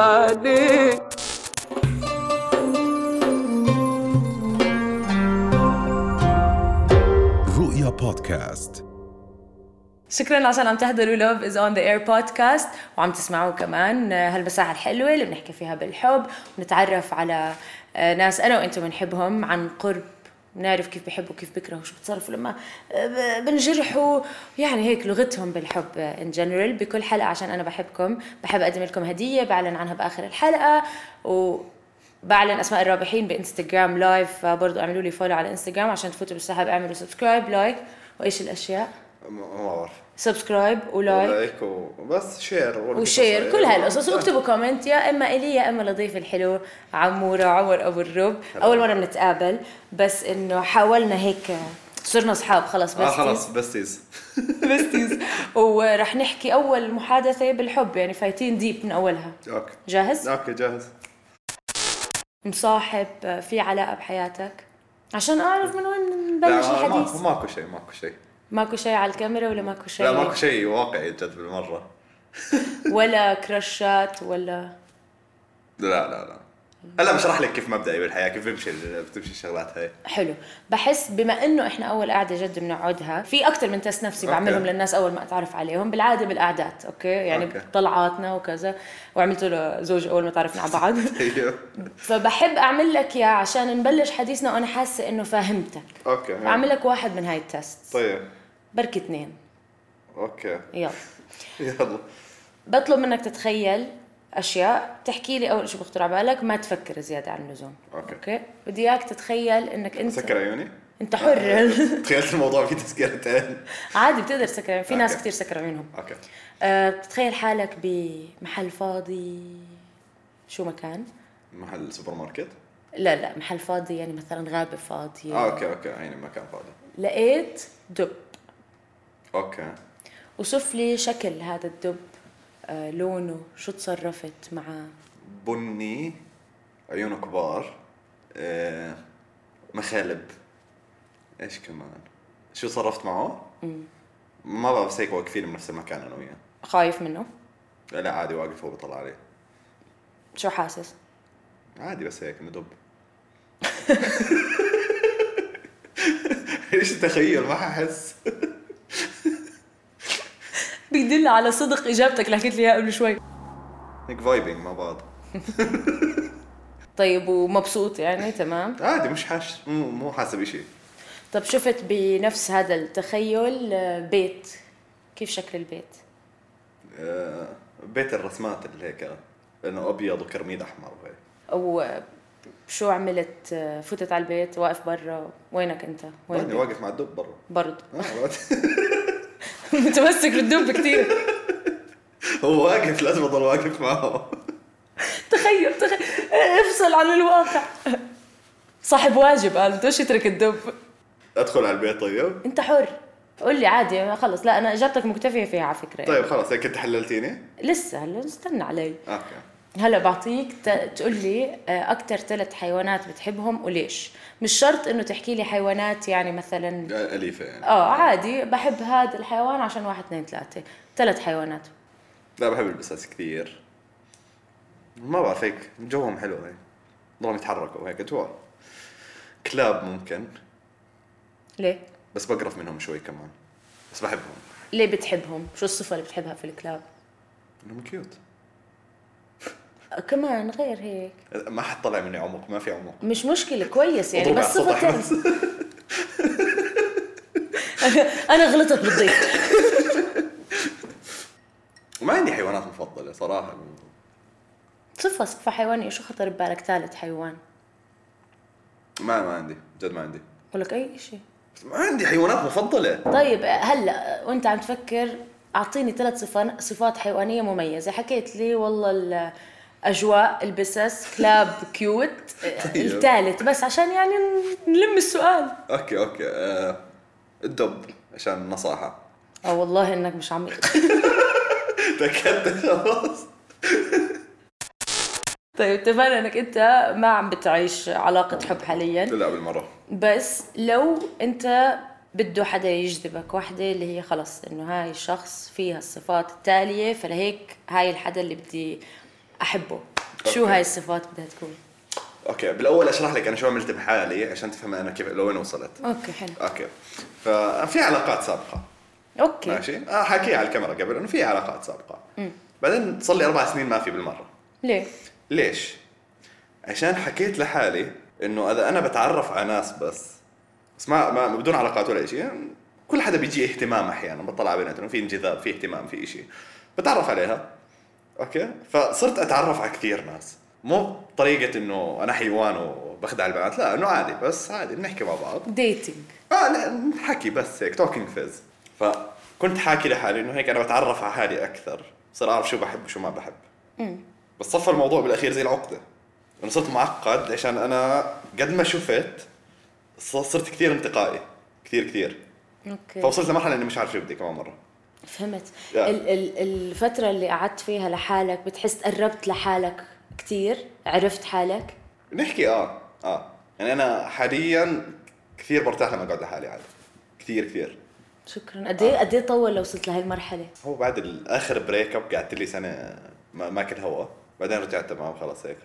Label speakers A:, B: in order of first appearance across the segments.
A: عليك
B: رؤيا بودكاست
C: شكرا عشان عم تحضروا لوف از اون ذا اير بودكاست وعم تسمعوا كمان هالمساحه الحلوه اللي بنحكي فيها بالحب ونتعرف على آه، ناس انا وانتم بنحبهم عن قرب بنعرف كيف بحبوا كيف بكرهوا شو بتصرفوا لما آه، بنجرحوا يعني هيك لغتهم بالحب ان جنرال بكل حلقه عشان انا بحبكم بحب اقدم لكم هديه بعلن عنها باخر الحلقه و بعلن اسماء الرابحين بانستغرام لايف فبرضه اعملوا لي فولو على انستغرام عشان تفوتوا بالسحب اعملوا سبسكرايب لايك وايش الاشياء
D: ما بعرف
C: سبسكرايب ولايك
D: لايك وبس شير يعني.
C: وشير كل هالقصص واكتبوا كومنت يا اما الي يا اما لضيف الحلو عموره عمر ابو الرب اول مره بنتقابل بس انه حاولنا هيك صرنا اصحاب خلص
D: اه
C: بس
D: خلص بستيز
C: بستيز ورح نحكي اول محادثه بالحب يعني فايتين ديب من اولها
D: اوكي
C: جاهز
D: اوكي جاهز
C: مصاحب في علاقه بحياتك عشان اعرف من وين
D: لا
C: نبلش
D: ما- ماكو
C: الحديث
D: ماكو شيء ماكو شيء
C: ماكو شيء على الكاميرا ولا ماكو شيء
D: لا ماكو شيء واقعي جد بالمره
C: ولا كرشات ولا
D: لا لا لا هلا بشرح لك كيف مبدئي بالحياه كيف بمشي بتمشي الشغلات هاي
C: حلو بحس بما انه احنا اول قعده جد بنقعدها في اكثر من تست نفسي
D: أوكي.
C: بعملهم للناس اول ما اتعرف عليهم بالعاده بالقعدات اوكي يعني
D: أوكي.
C: طلعاتنا وكذا وعملته لزوج اول ما تعرفنا على بعض
D: ايوه
C: فبحب اعمل لك اياه عشان نبلش حديثنا وانا حاسه انه فاهمتك
D: اوكي ها.
C: اعمل لك واحد من هاي التست
D: طيب
C: بركي اثنين
D: اوكي
C: يلا
D: يلا
C: بطلب منك تتخيل اشياء تحكي لي اول شيء بخطر على بالك ما تفكر زياده عن اللزوم
D: أوكي.
C: اوكي بدي اياك تتخيل انك انت
D: سكر عيوني
C: انت حر
D: تخيلت الموضوع فيه تسكيرتين
C: عادي بتقدر تسكر في ناس
D: أوكي.
C: كثير سكر عيونهم
D: اوكي
C: أه بتتخيل حالك بمحل فاضي شو مكان
D: محل سوبر ماركت
C: لا لا محل فاضي يعني مثلا غابة فاضية
D: اه اوكي اوكي عيني مكان فاضي
C: لقيت دب
D: اوكي
C: وصف لي شكل هذا الدب أه لونه شو تصرفت معاه
D: بني عيونه كبار آه، مخالب ايش كمان شو صرفت معه؟ ما بعرف بس هيك واقفين بنفس المكان انا وياه
C: خايف منه
D: لا لا عادي واقف هو بيطلع علي
C: شو حاسس
D: عادي بس هيك ندب ايش التخيل ما ححس
C: بيدل على صدق اجابتك اللي حكيت لي اياها قبل شوي
D: هيك فايبنج مع بعض
C: طيب ومبسوط يعني تمام
D: عادي مش حاش مو مو حاسب اشي
C: طب شفت بنفس هذا التخيل آه، بيت كيف شكل البيت
D: آه، بيت الرسمات اللي هيك انه ابيض وكرميد احمر وهيك
C: وشو عملت فتت على البيت واقف برا وينك انت وين
D: بعدني
C: البيت؟
D: واقف مع الدب برا
C: برضه
D: آه، بعد-
C: متمسك بالدب كثير
D: هو واقف لازم اضل واقف معه
C: تخيل تخيل افصل عن الواقع صاحب واجب قال بدوش يترك الدب
D: ادخل على البيت طيب
C: انت حر قول لي عادي خلص لا انا اجابتك مكتفيه فيها على فكره
D: طيب خلاص هيك انت حللتيني
C: لسه هلا استنى علي
D: اوكي
C: هلا بعطيك ت- تقول لي اكثر ثلاث حيوانات بتحبهم وليش مش شرط انه تحكي لي حيوانات يعني مثلا
D: اليفه يعني
C: اه عادي بحب هذا الحيوان عشان واحد اثنين ثلاثة ثلاث حيوانات
D: لا بحب البساس كثير ما بعرف هيك جوهم حلو هيك ضلهم يتحركوا هيك جوا كلاب ممكن
C: ليه؟
D: بس بقرف منهم شوي كمان بس بحبهم
C: ليه بتحبهم؟ شو الصفة اللي بتحبها في الكلاب؟
D: انهم كيوت
C: آه، كمان غير هيك
D: ما حد طلع مني عمق ما في عمق
C: مش مشكلة كويس يعني
D: اضربها
C: بس
D: على السطح
C: صفة
D: بس.
C: تانية. أنا غلطت بالضيف
D: ما عندي حيوانات مفضله صراحه
C: صفة صفة حيوانية شو خطر ببالك ثالث حيوان؟
D: ما ما عندي جد ما عندي
C: بقول لك أي شيء
D: بس ما عندي حيوانات مفضله
C: طيب آه، هلا آه، وأنت عم تفكر أعطيني ثلاث صفات صفات حيوانية مميزة حكيت لي والله ال- أجواء البسس كلاب كيوت آه،
D: طيب.
C: الثالث بس عشان يعني ن- نلم السؤال
D: اوكي اوكي آه الدب عشان النصاحه
C: اه والله انك مش عميق
D: تاكدت خلاص
C: طيب اتفقنا انك انت ما عم بتعيش علاقة حب حاليا
D: لا بالمره
C: بس لو انت بده حدا يجذبك واحدة اللي هي خلص انه هاي الشخص فيها الصفات التالية فلهيك هاي الحدا اللي بدي احبه شو هاي الصفات بدها تكون
D: اوكي بالاول اشرح لك انا شو عملت بحالي عشان تفهم انا كيف لوين وصلت
C: اوكي حلو
D: اوكي ففي علاقات سابقه
C: اوكي
D: ماشي اه حكيها على الكاميرا قبل انه في علاقات سابقه بعدين صار لي اربع سنين ما في بالمره
C: ليه
D: ليش؟ عشان حكيت لحالي انه اذا انا بتعرف على ناس بس بس ما, ما بدون علاقات ولا شيء كل حدا بيجي اهتمام احيانا بطلع على بنات انه في انجذاب في اهتمام في شيء بتعرف عليها اوكي فصرت اتعرف على كثير ناس مو بطريقه انه انا حيوان وبخدع البنات لا انه عادي بس عادي بنحكي مع بعض
C: ديتنج
D: اه لا، حكي بس هيك توكينج فيز فكنت حاكي لحالي انه هيك انا بتعرف على حالي اكثر صار اعرف شو بحب وشو ما بحب بس صفى الموضوع بالاخير زي العقده انا صرت معقد عشان انا قد ما شفت ص- صرت كثير انتقائي كثير كثير
C: اوكي
D: فوصلت لمرحله اني مش عارف شو بدي كمان مره
C: فهمت
D: Yeah.
C: ال- ال- الفترة اللي قعدت فيها لحالك بتحس قربت لحالك كتير عرفت حالك
D: نحكي اه اه يعني انا حاليا كثير برتاح لما اقعد لحالي عادي كثير كثير
C: شكرا قد ايه قد ايه طول لو وصلت لهي المرحلة
D: هو بعد الاخر بريك اب قعدت لي سنه ما ما اكل هواء بعدين رجعت تمام خلاص هيك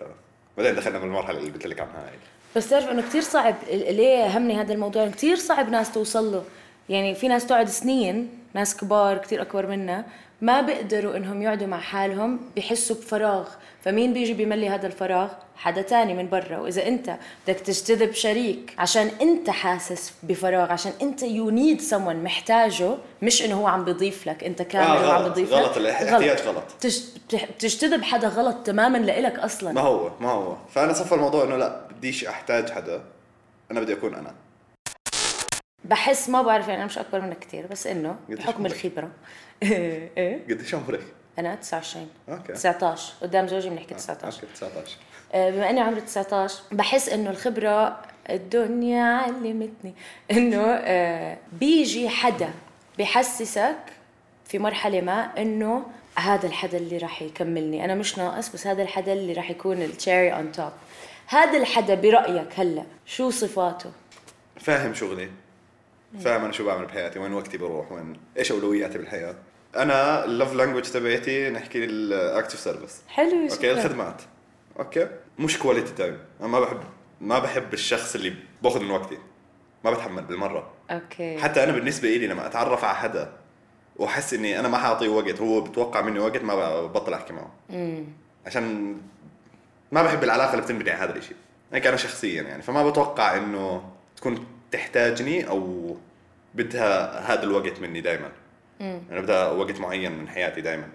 D: بعدين دخلنا بالمرحله اللي قلت لك عنها هاي
C: بس تعرف انه كتير صعب ال- ليه همني هذا الموضوع إنه كتير صعب ناس توصل له يعني في ناس تقعد سنين ناس كبار كتير اكبر منا ما بيقدروا انهم يقعدوا مع حالهم بحسوا بفراغ فمين بيجي بيملي هذا الفراغ حدا تاني من برا واذا انت بدك تجتذب شريك عشان انت حاسس بفراغ عشان انت يو نيد someone محتاجه مش انه هو عم بيضيف لك انت كامل هو عم
D: آه، غلط،
C: بيضيف
D: غلط،
C: لك
D: الاحتياج غلط.
C: تج- بتح- بتجتذب حدا غلط تماما لإلك اصلا
D: ما هو ما هو فانا صفى الموضوع انه لا بديش احتاج حدا انا بدي اكون انا
C: بحس ما بعرف يعني انا مش اكبر منك كثير بس انه
D: قديش
C: بحكم
D: عمرك؟
C: الخبره ايه
D: قديش عمرك؟
C: انا 29
D: أوكي.
C: 19 قدام زوجي
D: آه،
C: بنحكي 19
D: اوكي 19
C: آه، بما اني عمري 19 بحس انه الخبره الدنيا علمتني انه آه، بيجي حدا بحسسك في مرحله ما انه هذا الحدا اللي راح يكملني انا مش ناقص بس هذا الحدا اللي راح يكون التشيري اون توب هذا الحدا برايك هلا شو صفاته
D: فاهم شغلي فاهم انا شو بعمل بحياتي وين وقتي بروح وين ايش اولوياتي بالحياه انا اللف لانجوج تبعتي نحكي الاكتف سيرفيس
C: حلو
D: اوكي
C: شكراً.
D: الخدمات اوكي مش كواليتي تايم انا ما بحب ما بحب الشخص اللي باخذ من وقتي ما بتحمل بالمره
C: اوكي
D: حتى انا بالنسبه لي لما اتعرف على حدا واحس اني انا ما حاعطيه وقت هو بتوقع مني وقت ما ببطل احكي معه عشان ما بحب العلاقه اللي بتنبني على هذا الشيء هيك انا شخصيا يعني فما بتوقع انه تكون تحتاجني او بدها هذا الوقت مني دائما انا بدها وقت معين من حياتي دائما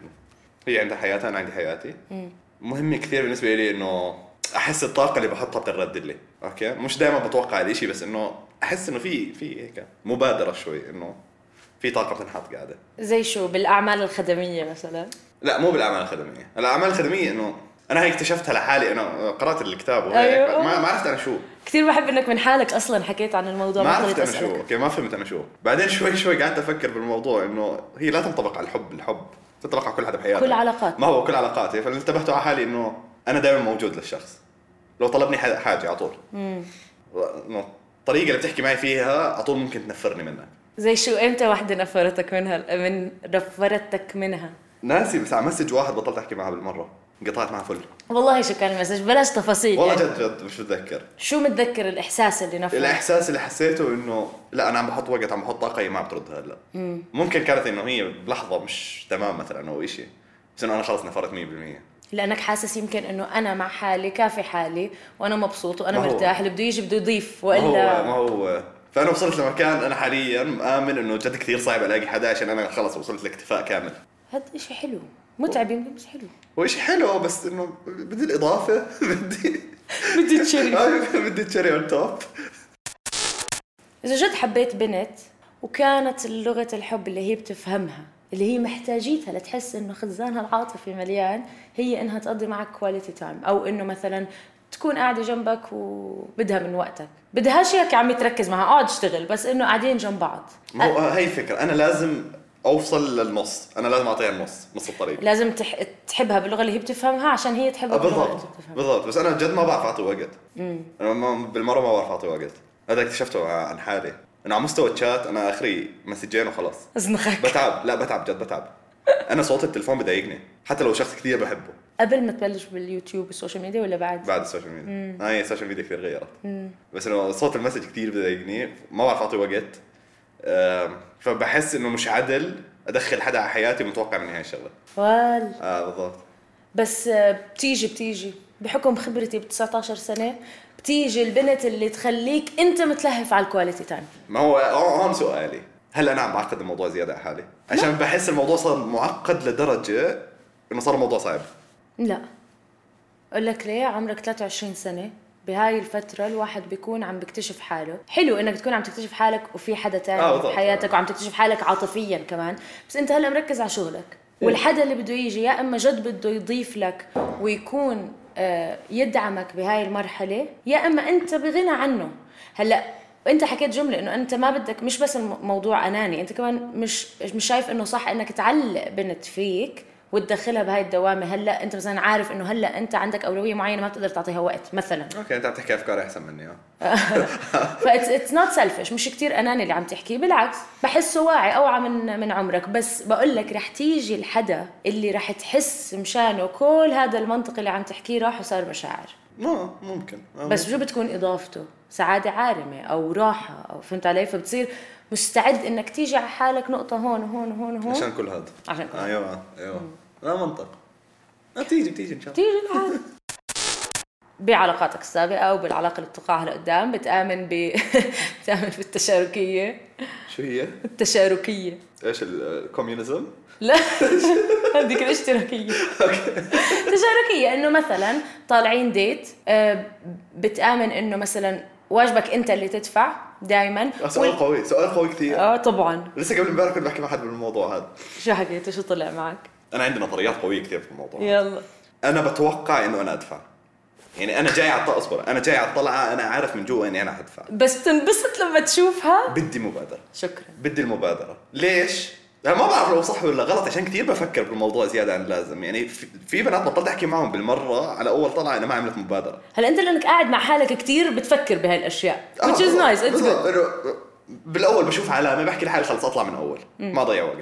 D: هي عندها حياتها انا عندي حياتي مهم كثير بالنسبه لي انه احس الطاقه اللي بحطها بترد لي اوكي مش دائما بتوقع الاشي بس انه احس انه في في هيك مبادره شوي انه في طاقه بتنحط قاعده
C: زي شو بالاعمال الخدميه مثلا
D: لا مو بالاعمال الخدميه الاعمال الخدميه انه انا هي اكتشفتها لحالي انا قرات الكتاب وهيك
C: أيوة.
D: ما ما عرفت انا شو
C: كثير بحب انك من حالك اصلا حكيت عن الموضوع
D: ما
C: طلعت
D: عرفت انا شو
C: أسألك.
D: اوكي ما فهمت انا شو بعدين شوي شوي قعدت افكر بالموضوع انه هي لا تنطبق على الحب الحب تنطبق على كل حدا بحياتك
C: كل علاقات.
D: ما هو كل علاقاتي فانتبهت على حالي انه انا دائما موجود للشخص لو طلبني ح- حاجه على طول إنه الطريقه اللي بتحكي معي فيها على طول ممكن تنفرني منها
C: زي شو امتى وحده نفرتك منها من نفرتك منها
D: ناسي بس على مسج واحد بطلت احكي معها بالمره قطعت معها فل
C: والله شو كان المسج بلاش تفاصيل
D: والله
C: يعني.
D: جد جد مش متذكر
C: شو متذكر الاحساس اللي نفر
D: الاحساس اللي حسيته انه لا انا عم بحط وقت عم بحط طاقه هي ما بترد هلا ممكن كانت انه هي بلحظه مش تمام مثلا او شيء بس انه انا خلص نفرت 100%
C: لانك حاسس يمكن انه انا مع حالي كافي حالي وانا مبسوط وانا
D: ما هو.
C: مرتاح اللي بده يجي بده يضيف
D: ما هو ما
C: والا
D: هو فانا وصلت لمكان انا حاليا مآمن انه جد كثير صعب الاقي حدا عشان انا خلص وصلت لاكتفاء كامل
C: هذا شيء حلو متعب يمكن بس حلو
D: هو شيء حلو بس انه بدي الاضافه بدي
C: بدي تشري
D: آه، بدي تشيري اون توب
C: إذا جد حبيت بنت وكانت لغة الحب اللي هي بتفهمها اللي هي محتاجيتها لتحس انه خزانها العاطفي مليان هي انها تقضي معك كواليتي تايم او انه مثلا تكون قاعدة جنبك وبدها من وقتك بدهاش اياك يا عمي تركز معها اقعد اشتغل بس انه قاعدين جنب بعض
D: ما هو آه، هي الفكره انا لازم اوصل للنص انا لازم اعطيها النص نص الطريق
C: لازم تح... تحبها باللغة اللي هي بتفهمها عشان هي تحبها
D: آه،
C: باللغة اللي
D: بالضبط
C: انت بتفهمها
D: بالضبط بس انا جد ما بعرف اعطي وقت انا ما بالمره ما بعرف اعطي وقت هذا اكتشفته عن حالي انه على مستوى الشات انا اخري مسجين وخلاص
C: ازنخك
D: بتعب لا بتعب جد بتعب انا صوت التليفون بضايقني حتى لو شخص كثير بحبه
C: قبل ما تبلش باليوتيوب والسوشيال ميديا ولا بعد؟
D: بعد السوشيال ميديا هاي السوشيال ميديا كثير غيرت بس انه صوت المسج كثير بضايقني ما بعرف اعطي وقت آم، فبحس انه مش عدل ادخل حدا على حياتي متوقع مني هاي الشغله
C: وال
D: اه بالضبط
C: بس آه، بتيجي بتيجي بحكم خبرتي ب 19 سنه بتيجي البنت اللي تخليك انت متلهف على الكواليتي تايم
D: ما هو هون هون سؤالي هل انا عم بعقد الموضوع زياده على حالي عشان بحس الموضوع صار معقد لدرجه انه صار الموضوع صعب
C: لا اقول لك ليه عمرك 23 سنه بهاي الفترة الواحد بيكون عم بيكتشف حاله حلو انك تكون عم تكتشف حالك وفي حدا تاني
D: آه،
C: آه
D: بالضبط.
C: بحياتك وعم تكتشف حالك عاطفيا كمان بس انت هلا مركز على شغلك والحدا اللي بده يجي يا اما جد بده يضيف لك ويكون آه، يدعمك بهاي المرحلة يا اما انت بغنى عنه هلا انت حكيت جملة انه انت ما بدك مش بس الموضوع اناني انت كمان مش مش شايف انه صح انك تعلق بنت فيك وتدخلها بهاي الدوامة هلا انت مثلا عارف انه هلا انت عندك اولوية معينة ما بتقدر تعطيها وقت مثلا
D: اوكي انت عم تحكي افكار احسن مني اه
C: فاتس نوت سيلفش مش كتير اناني اللي عم تحكيه بالعكس بحسه واعي اوعى من من عمرك بس بقول لك رح تيجي الحدا اللي رح تحس مشانه كل هذا المنطق اللي عم تحكيه راح وصار مشاعر
D: ما ممكن آه،
C: بس شو بتكون اضافته سعاده عارمه او راحه او فهمت علي فبتصير مستعد انك تيجي على حالك نقطه هون هون هون
D: ممكن.
C: هون
D: عشان كل هذا
C: عشان كل
D: آه، ايوه ايوه لا منطق آه، بتيجي بتيجي ان شاء الله
C: تيجي العادة بعلاقاتك السابقه وبالعلاقه اللي بتقعها لقدام بتامن ب بتامن بالتشاركيه
D: شو هي؟
C: التشاركيه
D: ايش الكوميونيزم؟
C: لا هذيك الاشتراكية تشاركية انه مثلا طالعين ديت آه، بتآمن انه مثلا واجبك انت اللي تدفع دائما
D: آه، سؤال قوي سؤال قوي كثير
C: اه طبعا
D: لسه قبل امبارح كنت بحكي مع حد بالموضوع هذا
C: شو حكيت شو طلع معك
D: انا عندي نظريات قويه كثير في الموضوع
C: يلا
D: انا بتوقع انه انا ادفع يعني انا جاي على الط- اصبر انا جاي على الطلعه انا عارف من جوا اني انا حدفع
C: بس بتنبسط لما تشوفها
D: بدي مبادره
C: شكرا
D: بدي المبادره ليش أنا ما بعرف لو صح ولا غلط عشان كثير بفكر بالموضوع زياده عن اللازم يعني في في بنات بطلت احكي معهم بالمره على اول طلعه انا ما عملت مبادره
C: هلا انت لانك قاعد مع حالك كثير بتفكر بهالاشياء which is
D: آه، بالضبط،
C: nice it's
D: بالضبط.
C: good
D: إنه بالاول بشوف علامه بحكي لحالي خلص اطلع من اول ما ضيع وقت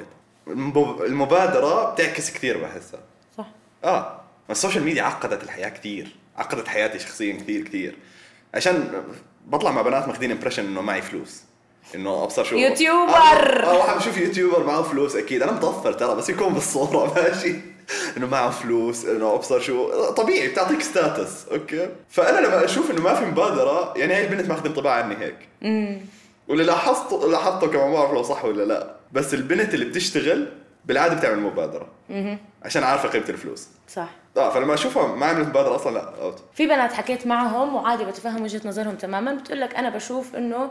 D: المب- المبادره بتعكس كثير بحسها
C: صح
D: اه السوشيال ميديا عقدت الحياه كثير عقدت حياتي شخصيا كثير كثير عشان بطلع مع بنات ماخذين امبريشن انه معي فلوس انه ابصر شو
C: يوتيوبر.
D: آه، اه واحد بشوف يوتيوبر معه فلوس اكيد انا متوفر ترى بس يكون بالصوره ماشي انه معه فلوس انه ابصر شو طبيعي بتعطيك ستاتس اوكي فانا لما اشوف انه ما في مبادره يعني هاي البنت ماخذه انطباع عني هيك واللي لاحظته لاحظته كمان ما بعرف لو صح ولا لا بس البنت اللي بتشتغل بالعاده بتعمل مبادره عشان عارفه قيمه الفلوس
C: صح
D: اه فلما اشوفها ما عملت مبادره اصلا لا اوت
C: في بنات حكيت معهم وعادي بتفهم وجهه نظرهم تماما بتقول لك انا بشوف انه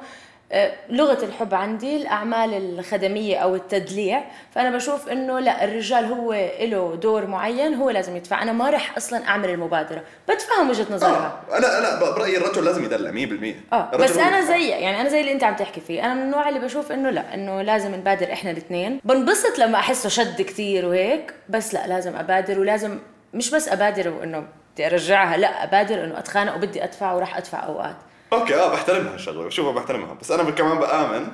C: آه، لغه الحب عندي الاعمال الخدميه او التدليع فانا بشوف انه لا الرجال هو له دور معين هو لازم يدفع انا ما رح اصلا اعمل المبادره بتفهم وجهه نظرها
D: آه. انا انا ب- برايي الرجل لازم يدلع 100%
C: اه
D: الرجل
C: بس
D: هو
C: انا
D: اللي-
C: زيك يعني انا زي اللي انت عم تحكي فيه انا من النوع اللي بشوف انه لا انه لازم نبادر احنا الاثنين بنبسط لما احسه شد كتير وهيك بس لا لازم ابادر ولازم مش بس ابادر وانه بدي ارجعها لا ابادر انه اتخانق وبدي ادفع وراح ادفع اوقات
D: اوكي اه بحترمها الشغله بشوفها بحترمها بس انا كمان بامن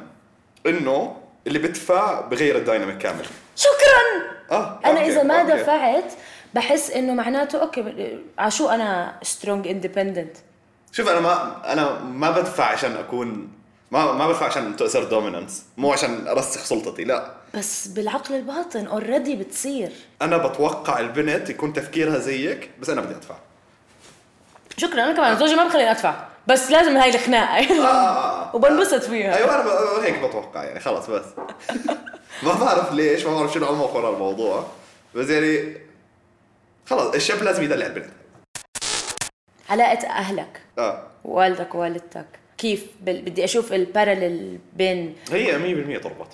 D: انه اللي بدفع بغير الدايناميك كامل
C: شكرا
D: اه
C: انا
D: أوكي،
C: اذا ما
D: أوكي.
C: دفعت بحس انه معناته آه، اوكي عشو انا سترونج اندبندنت
D: شوف انا ما انا ما بدفع عشان اكون ما ما بدفع عشان تؤثر دوميننس مو عشان ارسخ سلطتي لا
C: بس بالعقل الباطن اوريدي بتصير
D: انا بتوقع البنت يكون تفكيرها زيك بس انا بدي ادفع
C: شكرا انا كمان زوجي ما بخليني ادفع بس لازم هاي الخناقه
D: آه.
C: وبنبسط فيها
D: ايوه انا ب- هيك بتوقع يعني خلص بس ما بعرف ليش ما بعرف شنو عمق ورا الموضوع بس يعني خلص الشاب لازم يدلع البنت
C: علاقه اهلك
D: اه
C: والدك ووالدتك كيف بال... بدي اشوف البارلل بين
D: هي 100% تربط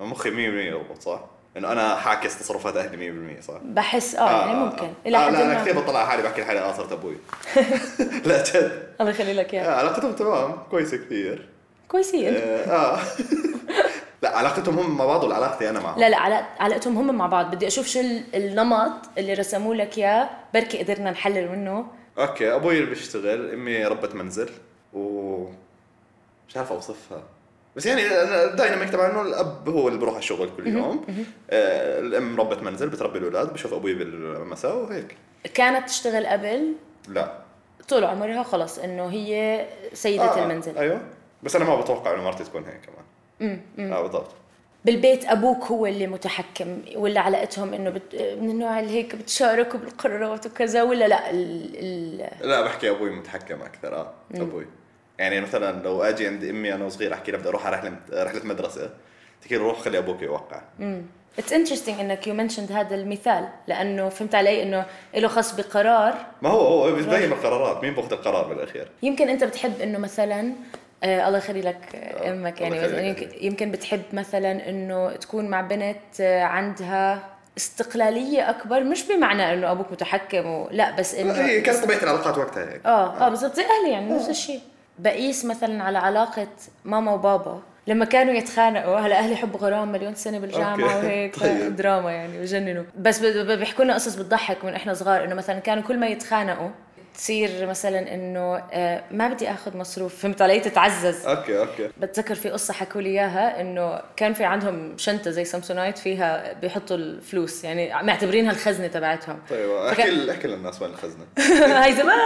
D: 100% مخي 100% يربط صح؟ انه انا حاكس تصرفات اهلي 100% صح؟
C: بحس اه يعني ممكن الى
D: آه
C: حد
D: لا انا كثير
C: ما
D: بطلع على حالي بحكي لحالي اه صرت ابوي لا جد
C: الله يخلي لك إيه؟
D: آه
C: اياها
D: علاقتهم تمام كويسه كثير
C: كويسين
D: اه آه. لا علاقتهم هم مع بعض ولا علاقتي انا معهم؟
C: لا لا علاق- علاقتهم هم مع بعض بدي اشوف شو ال- النمط اللي رسموا لك اياه بركي قدرنا نحلل منه
D: اوكي ابوي اللي بيشتغل امي ربة منزل و مش عارف اوصفها بس يعني الدايناميك تبع انه الاب هو اللي بروح على الشغل كل يوم آه، الام ربة منزل بتربي الاولاد بشوف ابوي بالمساء وهيك
C: كانت تشتغل قبل
D: لا
C: طول عمرها خلص انه هي سيدة
D: آه،
C: آه. المنزل
D: ايوه بس انا ما بتوقع انه مرتي تكون هيك كمان اه بالضبط
C: بالبيت ابوك هو اللي متحكم ولا علاقتهم انه بت... من النوع اللي هيك بتشاركوا بالقرارات وكذا ولا لا ال... ال...
D: لا بحكي ابوي متحكم اكثر اه ابوي يعني مثلا لو اجي عند امي انا وصغير احكي لها بدي اروح على رحله رحله مدرسه تحكي لي روح خلي ابوك يوقع
C: It's interesting انك you mentioned هذا المثال لانه فهمت علي انه له خاص بقرار
D: ما هو هو بتبين القرارات مين باخذ القرار بالاخير
C: يمكن انت بتحب انه مثلا آه الله يخلي لك آه
D: آه،
C: امك
D: الله
C: يعني
D: يخليك.
C: مثلا يمكن, يمكن بتحب مثلا انه تكون مع بنت آه، عندها استقلاليه اكبر مش بمعنى انه ابوك متحكم و... لا بس انه
D: هي إيه، كانت طبيعه العلاقات وقتها هيك
C: اه اه بالضبط زي اهلي يعني نفس الشيء بقيس مثلا على علاقه ماما وبابا لما كانوا يتخانقوا هلا اهلي حب غرام مليون سنه بالجامعه
D: أوكي.
C: وهيك
D: طيب.
C: دراما يعني بجننوا بس ب- ب- بيحكوا لنا قصص بتضحك من احنا صغار انه مثلا كانوا كل ما يتخانقوا تصير مثلا انه آه، ما بدي اخذ مصروف فهمت علي تتعزز
D: اوكي اوكي
C: بتذكر في قصه حكوا لي اياها انه كان في عندهم شنطه زي سامسونايت فيها بيحطوا الفلوس يعني معتبرينها الخزنه تبعتهم
D: طيب
C: فكان-
D: احكي احكي للناس وين الخزنه
C: هاي زمان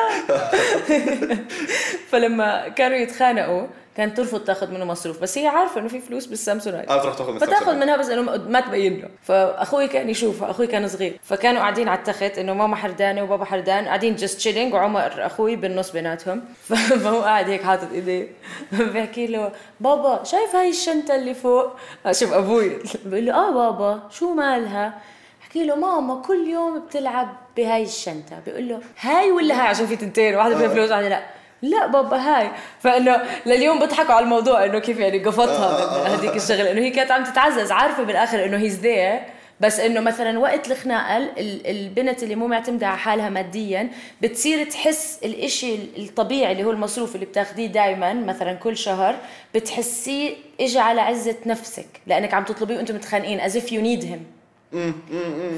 C: فلما كانوا يتخانقوا كانت ترفض تاخذ منه مصروف بس هي عارفه انه في فلوس بالسامسونايت
D: اه بتروح تاخذ من
C: فتاخذ
D: السمسمة.
C: منها بس انه ما تبين له فاخوي كان يشوفها اخوي كان صغير فكانوا قاعدين على التخت انه ماما حردانه وبابا حردان قاعدين جست تشيلينج وعمر اخوي بالنص بيناتهم ف- فهو قاعد هيك حاطط ايديه بحكي له بابا شايف هاي الشنطه اللي فوق آه، شوف ابوي بقول له اه بابا شو مالها بحكي له ماما كل يوم بتلعب بهاي الشنطه بيقول له هاي ولا هاي عشان في تنتين واحده فيها فلوس واحده لا لا بابا هاي فانه لليوم بضحكوا على الموضوع انه كيف يعني قفطها من هذيك الشغله انه هي كانت عم تتعزز عارفه بالاخر انه هيز ذير بس انه مثلا وقت الخناقه ال- البنت اللي مو معتمده على حالها ماديا بتصير تحس الإشي الطبيعي اللي هو المصروف اللي بتاخديه دائما مثلا كل شهر بتحسيه اجى على عزه نفسك لانك عم تطلبيه وانتم متخانقين از اف يو نيد هيم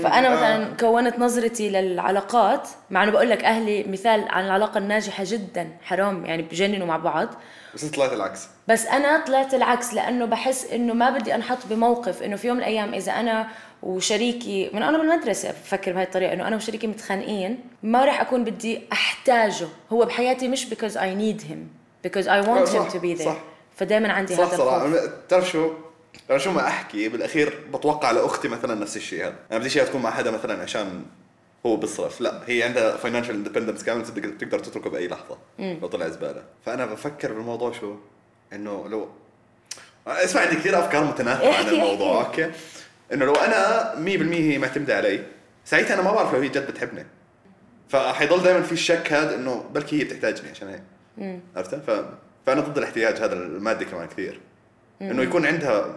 C: فانا مثلا كونت نظرتي للعلاقات مع انه بقول لك اهلي مثال عن العلاقه الناجحه جدا حرام يعني بجننوا مع بعض
D: بس طلعت العكس
C: بس انا طلعت العكس لانه بحس انه ما بدي انحط بموقف انه في يوم من الايام اذا انا وشريكي من انا بالمدرسه بفكر بهاي الطريقه انه انا وشريكي متخانقين ما راح اكون بدي احتاجه هو بحياتي مش because I need him because I want
D: صح،
C: him to be there
D: صح.
C: فدائما عندي
D: صح
C: هذا
D: صراحه
C: الخوف
D: أنا بتعرف شو انا شو ما احكي بالاخير بتوقع لاختي مثلا نفس الشيء هذا انا بديش اياها تكون مع حدا مثلا عشان هو بيصرف لا هي عندها فاينانشال اندبندنس كامل بتقدر- بتقدر تتركه باي لحظه لو طلع زباله فانا بفكر بالموضوع شو انه لو اسمع عندي كثير افكار متناثره عن
C: احكي،
D: الموضوع اوكي انه لو انا 100% هي معتمده علي ساعتها انا ما بعرف لو هي جد بتحبني فحيضل دائما في الشك هذا انه بلكي هي بتحتاجني عشان هيك عرفت ف... فانا ضد الاحتياج هذا المادي كمان كثير انه يكون عندها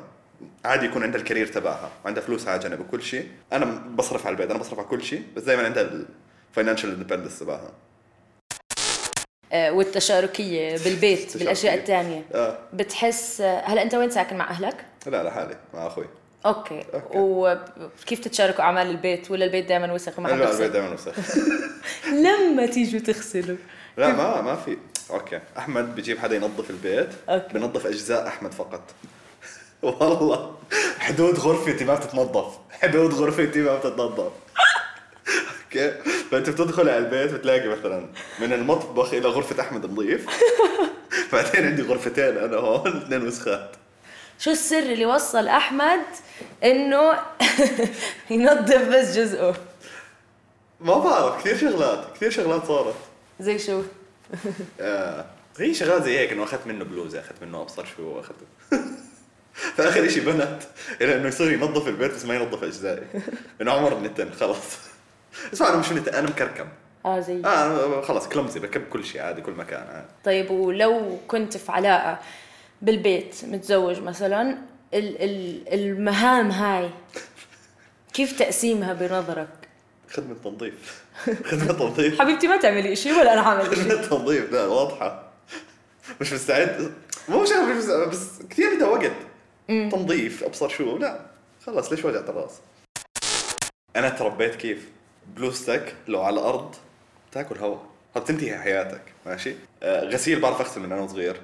D: عادي يكون عندها الكارير تبعها وعندها فلوسها على جنب وكل شيء انا بصرف على البيت انا بصرف على كل شيء بس دائما عندها الفاينانشال اندبندنس تبعها
C: آه، والتشاركيه بالبيت بالاشياء
D: التشاركية.
C: الثانيه
D: آه.
C: بتحس هلا انت وين ساكن مع اهلك؟
D: لا لحالي مع اخوي
C: اوكي,
D: أوكي.
C: وكيف تتشاركوا اعمال البيت ولا البيت دائما وسخ وما حد
D: لا البيت
C: يغسل؟
D: دائما وسخ
C: لما تيجوا تغسلوا
D: لا ما ما في اوكي احمد بجيب حدا ينظف البيت
C: أوكي.
D: بنظف اجزاء احمد فقط والله حدود غرفتي ما بتتنظف حدود غرفتي ما بتتنظف اوكي فانت بتدخل على البيت بتلاقي مثلا من المطبخ الى غرفه احمد نظيف بعدين عندي غرفتين انا هون اثنين وسخات
C: شو السر اللي وصل احمد انه ينظف بس جزءه
D: ما بعرف كثير شغلات كثير شغلات صارت
C: زي شو؟
D: آه. هي شغلات زي هيك انه اخذت منه بلوزه اخذت منه ابصر شو اخذت فاخر شيء بنت الى انه يصير ينظف البيت بس ما ينظف اجزائي انه عمر النتن خلص اسمع انا مش نتن انا مكركم
C: اه زي
D: اه أنا خلص كلمزي بكب كل شيء عادي كل مكان عادي
C: طيب ولو كنت في علاقه بالبيت متزوج مثلا ال- ال- المهام هاي كيف تقسيمها بنظرك؟
D: خدمه تنظيف خدمه تنظيف
C: حبيبتي ما تعملي شيء ولا انا حاعمل شيء
D: خدمه تنظيف لا واضحه مش مستعد مو مش عارف مش مستعد، بس كثير بدها وقت تنظيف ابصر شو لا خلص ليش وجعت الراس انا تربيت كيف بلوزتك لو على الارض بتاكل هواء بتنتهي حياتك ماشي آه، غسيل بعرف اغسل من انا صغير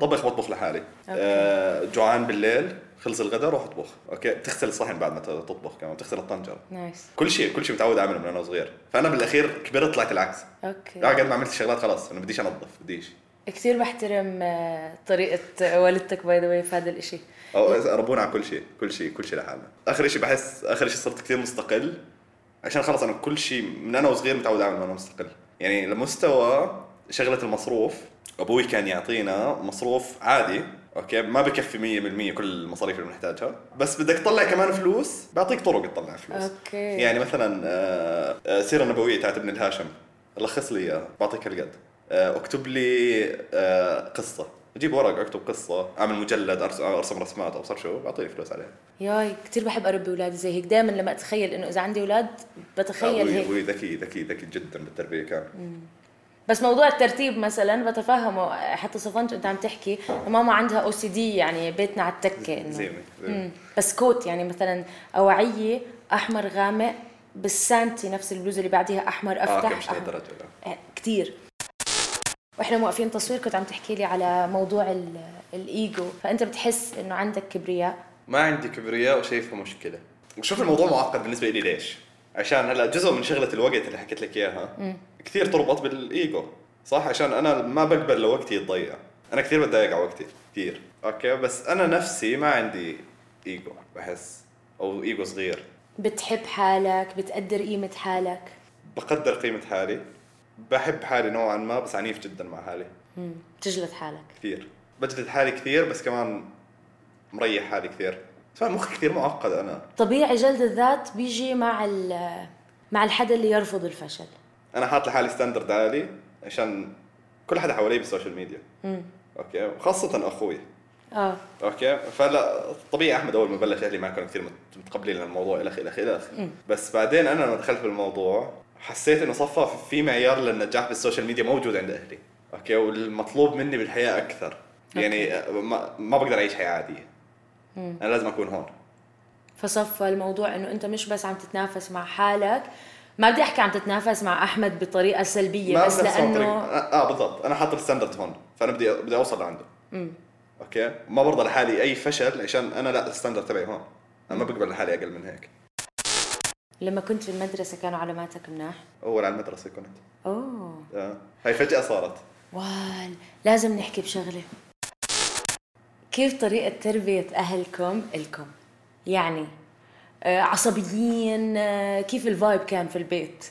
D: طبخ بطبخ لحالي آه، جوعان بالليل خلص الغداء روح اطبخ اوكي بتغسل الصحن بعد ما تطبخ كمان بتغسل الطنجره
C: نايس
D: كل شيء كل شيء متعود اعمله من انا صغير فانا بالاخير كبرت طلعت العكس لا
C: اوكي
D: آه، قد ما عملت شغلات خلاص انا بديش انظف بديش
C: كثير بحترم آه، طريقة والدتك باي ذا واي في هذا الاشي
D: او ربونا على كل شيء كل شيء كل شيء لحالنا اخر شيء بحس اخر شيء صرت كثير مستقل عشان خلص انا كل شيء من انا وصغير متعود اعمل وانا مستقل يعني لمستوى شغله المصروف ابوي كان يعطينا مصروف عادي اوكي ما بكفي 100% كل المصاريف اللي بنحتاجها بس بدك تطلع كمان فلوس بعطيك طرق تطلع فلوس
C: اوكي
D: يعني مثلا آه، آه، السيره النبويه تاعت ابن الهاشم لخص لي اياها بعطيك هالقد آه، اكتب لي آه، قصه اجيب ورق اكتب قصه اعمل مجلد أرس- ارسم رسمات ابصر شو بعطيني فلوس عليها
C: ياي كثير بحب اربي اولادي زي هيك دائما لما اتخيل انه اذا عندي اولاد بتخيل
D: أبوي-
C: هيك
D: ابوي آه، ذكي ذكي ذكي جدا بالتربيه كان
C: بس موضوع الترتيب مثلا بتفهمه حتى صفنت انت عم تحكي ماما عندها او سي دي يعني بيتنا على التكه إنه-
D: زي ما- زي ما.
C: مم. بس كوت يعني مثلا اواعيه احمر غامق بالسانتي نفس البلوزه اللي بعديها احمر
D: اه
C: افتح
D: كان مش
C: أحمر.
D: لهالدرجه لا
C: آه، كتير واحنا موقفين تصوير كنت عم تحكي لي على موضوع ال- الايجو فانت بتحس انه عندك كبرياء
A: ما عندي كبرياء وشايفه مشكله
D: وشوف الموضوع معقد بالنسبه لي ليش؟ عشان هلا جزء من شغله الوقت اللي حكيت لك اياها كثير تربط بالايجو صح عشان انا ما بقبل لوقتي يتضيع انا كثير بتضايق على وقتي كثير اوكي بس انا نفسي ما عندي ايجو بحس او ايجو صغير
C: بتحب حالك بتقدر قيمه حالك
D: بقدر قيمه حالي بحب حالي نوعا ما بس عنيف جدا مع حالي
C: مم. بتجلد حالك
D: كثير بجلد حالي كثير بس كمان مريح حالي كثير فاهم مخي كثير معقد انا
C: طبيعي جلد الذات بيجي مع ال- مع الحدا اللي يرفض الفشل
D: انا حاط لحالي ستاندرد عالي عشان كل حدا حوالي بالسوشيال ميديا
C: مم.
D: اوكي وخاصة اخوي
C: اه
D: اوكي فلا طبيعي احمد اول ما بلش اهلي ما كانوا كثير مت- متقبلين الموضوع الى اخره الى اخره إلى آخره. بس بعدين انا لما دخلت بالموضوع حسيت انه صفى في معيار للنجاح بالسوشيال ميديا موجود عند اهلي اوكي والمطلوب مني بالحياه اكثر يعني ما, ما بقدر اعيش حياه عاديه انا لازم اكون هون
C: فصفى الموضوع انه انت مش بس عم تتنافس مع حالك ما بدي احكي عم تتنافس مع احمد بطريقه سلبيه
D: ما
C: بس
D: بنفس الطريقة.
C: لانه
D: آه, اه بالضبط انا حاطط الستاندرد هون فانا بدي بدي اوصل لعنده اوكي ما برضى لحالي اي فشل عشان انا لا الستاندرد تبعي هون انا ما بقبل لحالي اقل من هيك
C: لما كنت في المدرسه كانوا علاماتك مناح
D: اول على المدرسه كنت
C: اوه
D: آه. هاي فجاه صارت
C: وال لازم نحكي بشغله كيف طريقة تربية أهلكم إلكم؟ يعني آه، عصبيين آه، كيف الفايب كان في البيت؟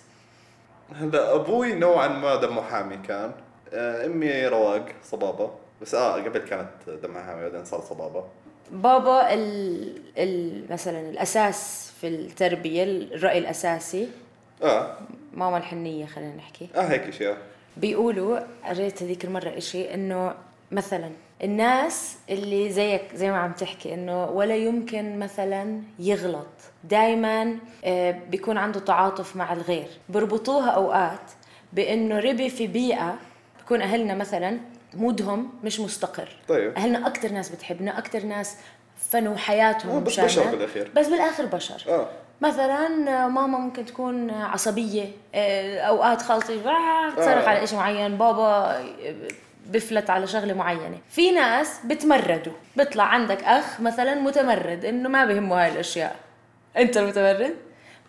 D: هلا ابوي نوعا ما دمه حامي كان آه، امي رواق صبابه بس اه قبل كانت دمها حامي بعدين صار صبابه
C: بابا ال... ال... مثلا الأساس في التربية الرأي الأساسي
D: اه
C: ماما الحنية خلينا نحكي
D: اه هيك اشياء
C: بيقولوا قريت هذيك المرة إشي إنه مثلا الناس اللي زيك زي ما عم تحكي انه ولا يمكن مثلا يغلط دائما بيكون عنده تعاطف مع الغير بربطوها اوقات بانه ربي في بيئه بكون اهلنا مثلا مودهم مش مستقر
D: طيب.
C: اهلنا اكثر ناس بتحبنا اكثر ناس فنوا حياتهم
D: آه، بس
C: مشاننا.
D: بشر بالأخير.
C: بس بالاخر بشر
D: اه
C: مثلا ماما ممكن تكون عصبيه آه، اوقات خالتي آه، بتصرخ
D: آه.
C: على شيء معين بابا بفلت على شغله معينه في ناس بتمردوا بيطلع عندك اخ مثلا متمرد انه ما بهمه هاي الاشياء انت المتمرد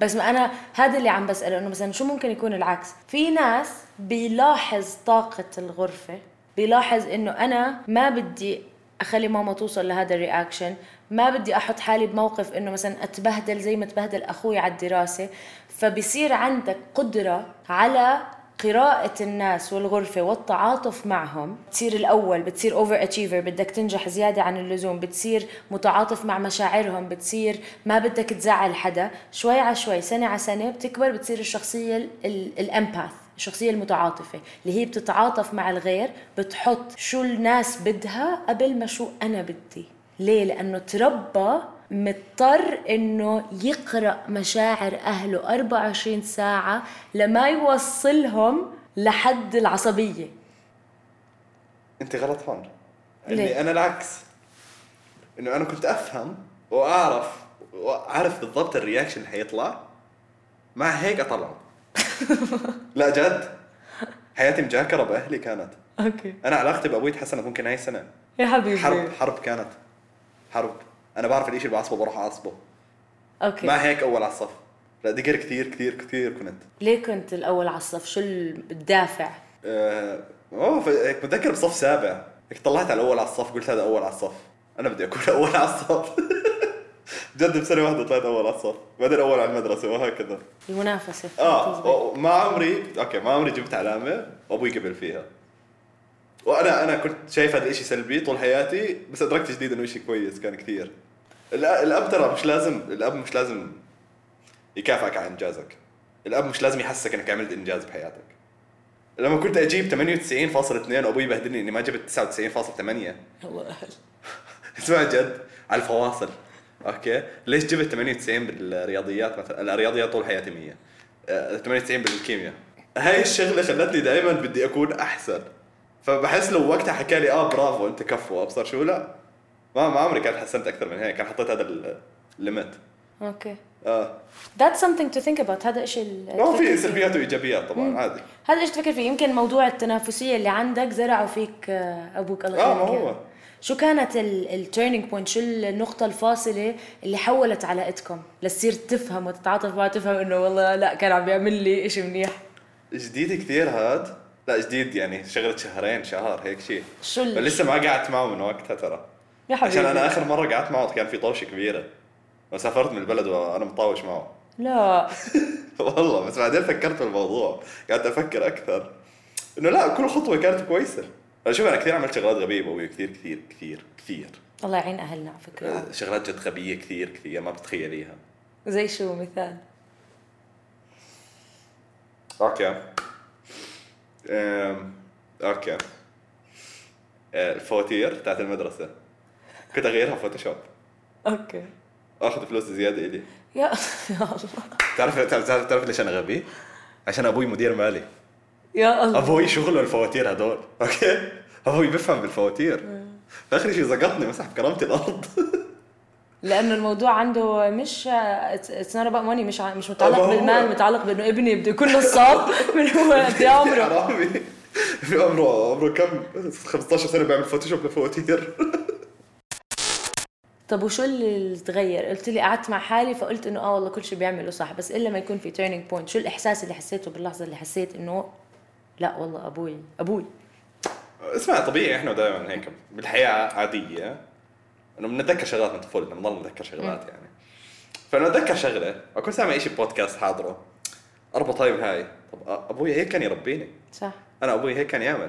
C: بس ما انا هذا اللي عم بساله انه مثلا شو ممكن يكون العكس في ناس بيلاحظ طاقه الغرفه بيلاحظ انه انا ما بدي اخلي ماما توصل لهذا الرياكشن ما بدي احط حالي بموقف انه مثلا اتبهدل زي ما تبهدل اخوي على الدراسه فبصير عندك قدره على قراءة الناس والغرفة والتعاطف معهم بتصير الأول بتصير أوفر أتشيفر بدك تنجح زيادة عن اللزوم بتصير متعاطف مع مشاعرهم بتصير ما بدك تزعل حدا شوي على شوي سنة على سنة بتكبر بتصير الشخصية ال- ال- الأمباث الشخصية المتعاطفة اللي هي بتتعاطف مع الغير بتحط شو الناس بدها قبل ما شو أنا بدي ليه؟ لأنه تربى مضطر انه يقرا مشاعر اهله 24 ساعه لما يوصلهم لحد العصبيه
D: انت غلط هون
C: ليه؟
D: اني انا العكس انه انا كنت افهم واعرف واعرف بالضبط الرياكشن اللي حيطلع مع هيك اطلعه لا جد حياتي مجاكره باهلي كانت
C: اوكي
D: انا علاقتي بابوي تحسنت ممكن هاي السنه
C: يا حبيبي
D: حرب حرب كانت حرب انا بعرف الاشي اللي بعصبه بروح اعصبه
C: اوكي
D: ما هيك اول على الصف لا دقر كثير كثير كثير كنت
C: ليه كنت الاول على الصف شو الدافع
D: آه، اوه ف- هيك بتذكر بصف سابع هيك طلعت على الاول على الصف قلت هذا اول على الصف انا بدي اكون اول على الصف جد بسنه واحده طلعت اول على الصف بعدين اول على المدرسه وهكذا
C: المنافسه
D: اه
C: تزبط.
D: و- ما عمري اوكي ما عمري جبت علامه وابوي قبل فيها وانا انا كنت شايف هذا الشيء سلبي طول حياتي بس ادركت جديد انه شيء كويس كان كثير الأ- الاب ترى مش لازم الاب مش لازم يكافئك على انجازك الاب مش لازم يحسسك انك عملت انجاز بحياتك لما كنت اجيب 98.2 وابوي بهدلني اني ما جبت 99.8
C: الله أهل.
D: اسمع جد على الفواصل اوكي ليش جبت 98 بالرياضيات مثلا أنا الرياضيات طول حياتي 100 آه، 98 بالكيمياء هاي الشغله خلتني دائما بدي اكون احسن فبحس لو وقتها حكى لي اه برافو انت كفو ابصر شو لا ما ما عمري كان حسنت اكثر من هيك كان حطيت هذا الليمت
C: اوكي
D: اه
C: That's something to think about هذا إشي ال-
D: ما
C: تفكر
D: في
C: فيه.
D: سلبيات وايجابيات طبعا عادي
C: هذا إيش تفكر فيه يمكن موضوع التنافسية اللي عندك زرعوا فيك آه، أبوك الله
D: آه،
C: يخليك
D: ما هو.
C: إياه. شو كانت التيرنينج بوينت شو النقطة الفاصلة اللي حولت علاقتكم لتصير تفهم وتتعاطف معه تفهم إنه والله لا كان عم يعمل لي إشي منيح
D: جديد كثير هاد لا جديد يعني شغله شهرين شهر هيك شيء
C: شو ال-
D: لسه ما قعدت معه من وقتها ترى
C: يا حبيبي
D: عشان انا اخر مره قعدت معه كان في طوشه كبيره وسافرت من البلد وانا مطاوش معه
C: لا
D: والله بس بعدين فكرت بالموضوع قعدت افكر اكثر انه لا كل خطوه كانت كويسه أنا شوف انا كثير عملت شغلات غبيه بابوي كثير كثير كثير كثير
C: الله يعين أهلنا على فكرة
D: آه، شغلات جد غبيه كثير كثير ما بتخيليها
C: زي شو مثال
D: اوكي أم، اوكي آه، الفواتير تاعت المدرسه كنت اغيرها فوتوشوب
C: أوكي
D: اخذ فلوس زياده الي
C: يا يا الله
D: تعرف تعرف تعرف- تعرف ليش انا غبي؟ عشان ابوي مدير مالي آه.
C: يا الله
D: ابوي شغله الفواتير هدول اوكي ابوي بفهم بالفواتير اخر شيء زقطني مسح بكرامتي الارض
C: لانه الموضوع عنده مش آه، اتس نوت اباوت ماني مش ع- مش متعلق
D: آه، ما هو.
C: بالمال متعلق بانه ابني بده يكون نصاب من هو قد إيه عمره
D: حرامي في عمره عمره كم 15 سنه بيعمل فوتوشوب لفواتير
C: طب وشو اللي تغير؟ قلت لي قعدت مع حالي فقلت انه اه والله كل شيء بيعمله صح بس الا ما يكون في تيرنينج بوينت شو الاحساس اللي حسيته باللحظه اللي حسيت انه لا والله ابوي ابوي
D: اسمع طبيعي احنا دائما هيك بالحياه عاديه انه بنتذكر شغلات من طفولتنا بنضل نتذكر شغلات يعني فانا اتذكر شغله اكون سامع شيء بودكاست حاضره اربط هاي بهاي طب أ- ابوي هيك كان يربيني
C: صح
D: انا ابوي هيك كان يعمل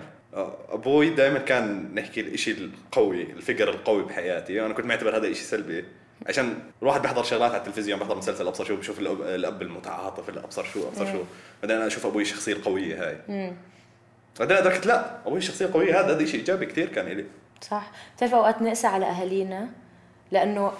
D: ابوي دائما كان نحكي الاشي القوي الفقر القوي بحياتي انا كنت معتبر هذا اشي سلبي عشان الواحد بيحضر شغلات على التلفزيون بيحضر مسلسل ابصر شو بشوف الاب, الأب المتعاطف اللي ابصر شو ابصر
C: إيه.
D: شو بعدين انا اشوف ابوي الشخصيه القويه هاي بعدين ادركت لا ابوي الشخصيه القويه هذا هذا شيء ايجابي كثير كان لي
C: صح بتعرف اوقات نقسى على اهالينا لانه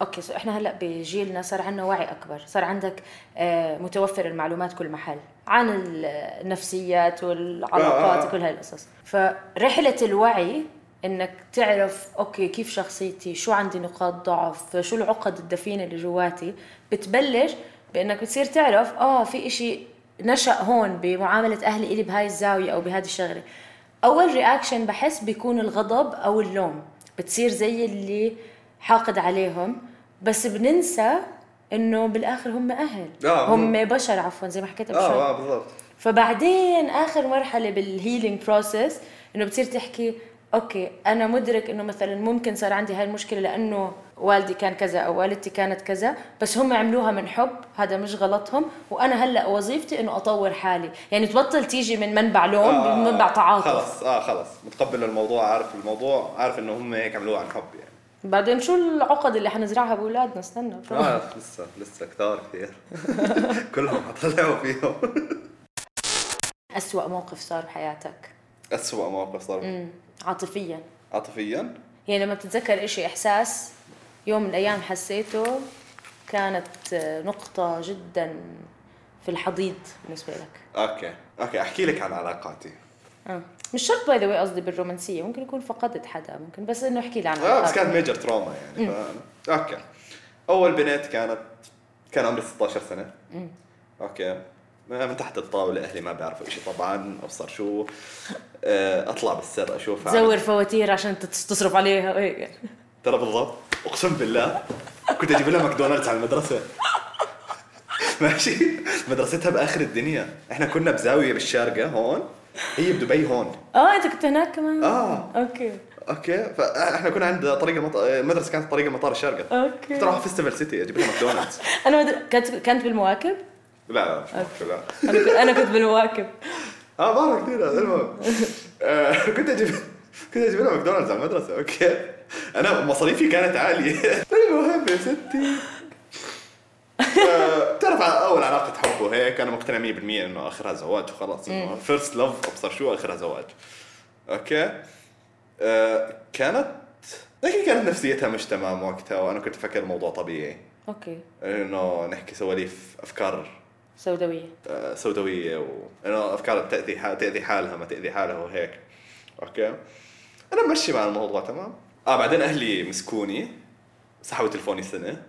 C: اوكي سو احنا هلا بجيلنا صار عندنا وعي اكبر صار عندك آه، متوفر المعلومات كل محل عن ال- النفسيات والعلاقات
D: آه.
C: وكل هاي القصص فرحله الوعي انك تعرف اوكي كيف شخصيتي شو عندي نقاط ضعف شو العقد الدفينه اللي جواتي بتبلش بانك بتصير تعرف اه في إشي نشا هون بمعامله اهلي الي بهاي الزاويه او بهذه الشغله اول رياكشن بحس بيكون الغضب او اللوم بتصير زي اللي حاقد عليهم بس بننسى انه بالاخر هم اهل
D: آه،
C: هم بشر عفوا زي ما حكيت قبل شوي
D: اه اه بالضبط
C: فبعدين اخر مرحله بالهيلينج بروسيس انه بتصير تحكي اوكي انا مدرك انه مثلا ممكن صار عندي هاي المشكله لانه والدي كان كذا او والدتي كانت كذا بس هم عملوها من حب هذا مش غلطهم وانا هلا وظيفتي انه اطور حالي يعني تبطل تيجي من منبع لوم
D: آه،
C: من منبع تعاطف
D: خلص اه خلص متقبل الموضوع عارف الموضوع عارف انه هم هيك عملوه عن حب يعني
C: بعدين شو العقد اللي حنزرعها باولادنا استنى
D: اه لسه لسه كثار كثير كلهم حطلعوا فيهم
C: أسوأ موقف صار بحياتك
D: أسوأ موقف صار
C: مم. عاطفيا
D: عاطفيا
C: يعني لما بتتذكر إشي إحساس يوم من الأيام حسيته كانت آه، نقطة جدا في الحضيض بالنسبة لك
D: اوكي اوكي احكي لك عن علاقاتي
C: آه. مش شرط باي ذا قصدي بالرومانسية ممكن يكون فقدت حدا ممكن بس إنه احكي لي عن
D: اه بس
C: علاقاتك.
D: كانت ميجر تروما يعني ف... اوكي اول بنت كانت كان عمري 16 سنه اوكي من تحت الطاولة أهلي ما بيعرفوا إشي طبعا أبصر شو آه، أطلع بالسر أشوفها
C: زور فواتير عشان تت- تصرف عليها وهيك
D: ترى بالضبط اقسم بالله كنت اجيب لها ماكدونالدز على المدرسه ماشي مدرستها باخر الدنيا احنا كنا بزاويه بالشارقه هون هي بدبي هون
C: اه انت كنت هناك كمان
D: آه.
C: اوكي
D: اوكي فاحنا كنا عند طريق المط... المدرسه كانت طريق مطار الشارقه
C: اوكي
D: كنت اروح فيستيفال سيتي اجيب لها ماكدونالدز
C: انا ما أدري- كنت كنت بالمواكب
D: لا لا مش ممكن، لا
C: انا كنت, أنا كنت بالمواكب
D: اه مره كثير المهم آه، كنت اجيب كنت اجيب لها ماكدونالدز على المدرسه اوكي انا مصاريفي كانت عاليه المهم يا ستي آه، بتعرف على اول علاقه حب وهيك انا مقتنع 100% انه اخرها زواج وخلاص انه فيرست لاف ابصر شو اخرها زواج اوكي آه، كانت لكن كانت نفسيتها مش تمام وقتها وانا كنت افكر الموضوع طبيعي
C: اوكي
D: انه نحكي سواليف افكار
C: سوداويه
D: آه، سوداويه وانه افكار تاذي حال تاذي حالها ما تاذي حالها وهيك اوكي انا ماشي مع الموضوع تمام اه بعدين اهلي مسكوني سحبوا تلفوني سنه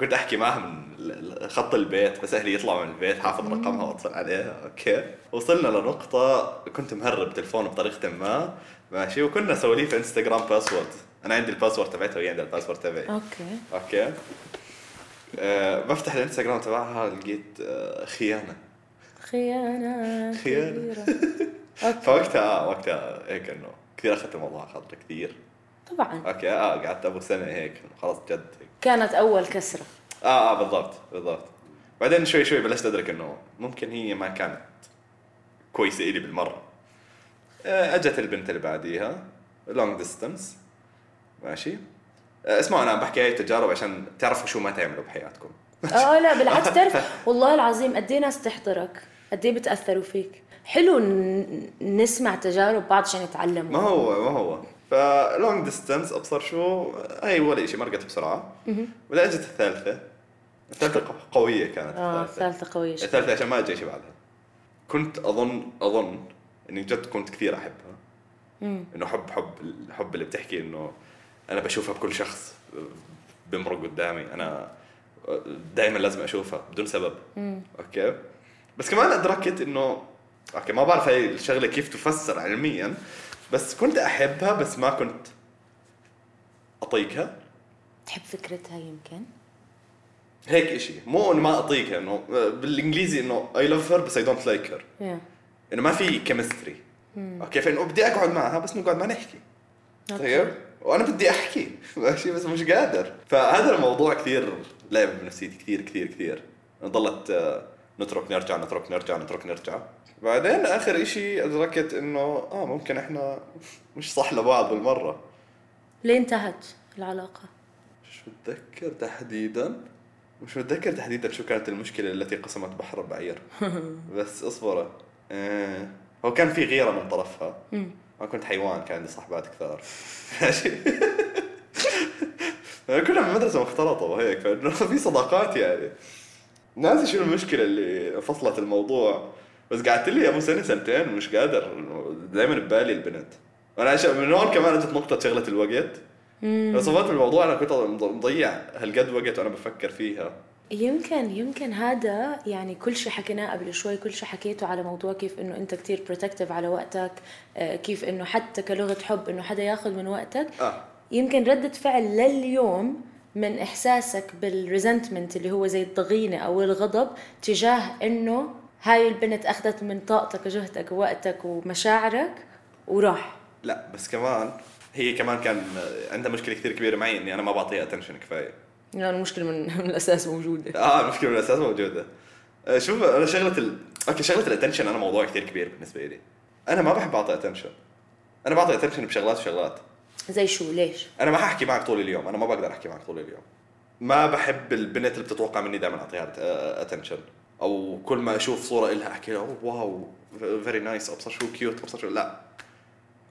D: كنت احكي معهم ال- ال- خط البيت بس اهلي يطلعوا من البيت حافظ رقمها واتصل عليها اوكي وصلنا لنقطه كنت مهرب تلفون بطريقه ما ماشي وكنا سواليف انستغرام باسورد انا عندي الباسورد تبعتها وهي عندها الباسورد تبعي
C: اوكي
D: اوكي أه بفتح الانستغرام تبعها لقيت آه، خيانه
C: خيانه
D: خيانة.
C: كبيرة. اوكي
D: فوقتها آه وقتها هيك انه كثير اخذت الموضوع على خاطر كثير
C: طبعا
D: اوكي اه قعدت ابو سنه هيك إنه خلاص جد هيك
C: كانت اول كسره
D: اه اه بالضبط بالضبط بعدين شوي شوي بلشت ادرك انه ممكن هي ما كانت كويسه الي بالمره آه اجت البنت اللي بعديها لونج ديستنس ماشي آه اسمعوا انا عم بحكي هاي التجارب عشان تعرفوا شو ما تعملوا بحياتكم
C: اه لا بالعكس تعرف والله العظيم قد ايه ناس تحضرك قد ايه بتاثروا فيك حلو ن- نسمع تجارب بعض عشان
D: ما
C: نتعلم
D: هو ما هو فلونج ديستنس ابصر شو هاي ولا شيء مرقت بسرعه بعدين اجت الثالثه الثالثه قو- قويه كانت
C: اه
D: الثالثه
C: ثالثه قويه شوي.
D: الثالثه عشان ما اجى شيء بعدها كنت اظن اظن اني جد كنت كثير احبها انه حب حب الحب اللي بتحكي انه انا بشوفها بكل شخص بمرق قدامي انا دائما لازم اشوفها بدون سبب اوكي بس كمان ادركت انه اوكي ما بعرف هاي الشغله كيف تفسر علميا بس كنت احبها بس ما كنت اطيقها
C: تحب فكرتها يمكن
D: هيك إشي مو انه ما اطيقها انه بالانجليزي انه اي لاف هير بس اي دونت لايك هير
C: يا
D: انه ما في كيمستري اوكي فانه بدي اقعد معها بس نقعد ما نحكي طيب وانا بدي احكي ماشي بس مش قادر فهذا الموضوع كثير لعب بنفسيتي كثير كثير كثير ضلت آه، نترك نرجع نترك نرجع نترك نرجع بعدين اخر إشي ادركت انه اه ممكن احنا مش صح لبعض بالمره
C: ليه انتهت العلاقه
D: مش متذكر تحديدا مش متذكر تحديدا شو كانت المشكلة التي قسمت بحر بعير بس اصبر آه. هو كان في غيرة من طرفها أنا كنت حيوان كان عندي صحبات كثار ماشي كلها من مدرسة مختلطة وهيك فإنه في صداقات يعني ناسي شو المشكلة اللي فصلت الموضوع بس قعدت لي يا ابو سنة سنتين مش قادر دائما ببالي البنت وانا عشان من هون كمان اجت نقطة شغلة الوقت لو صفات الموضوع انا كنت مضيع هالقد وقت وانا بفكر فيها
C: يمكن يمكن هذا يعني كل شيء حكيناه قبل شوي كل شيء حكيته على موضوع كيف انه انت كتير بروتكتيف على وقتك آه، كيف انه حتى كلغه حب انه حدا ياخذ من وقتك
D: اه
C: يمكن ردة فعل لليوم من احساسك بالريزنتمنت اللي هو زي الضغينه او الغضب تجاه انه هاي البنت اخذت من طاقتك وجهدك ووقتك ومشاعرك وراح
D: لا بس كمان هي كمان كان عندها مشكله كثير كبيره معي اني انا ما بعطيها اتنشن كفايه
C: يعني المشكله من, من الاساس موجوده
D: اه المشكله من الاساس موجوده آه، شوف انا شغله ال... اوكي شغله الاتنشن انا موضوع كثير كبير بالنسبه لي انا ما بحب اعطي اتنشن انا بعطي اتنشن بشغلات وشغلات
C: زي شو ليش
D: انا ما حاحكي معك طول اليوم انا ما بقدر احكي معك طول اليوم ما بحب البنت اللي بتتوقع مني دائما اعطيها اتنشن او كل ما اشوف صوره إلها احكي لها "أوه، واو فيري نايس ابصر شو كيوت ابصر شو لا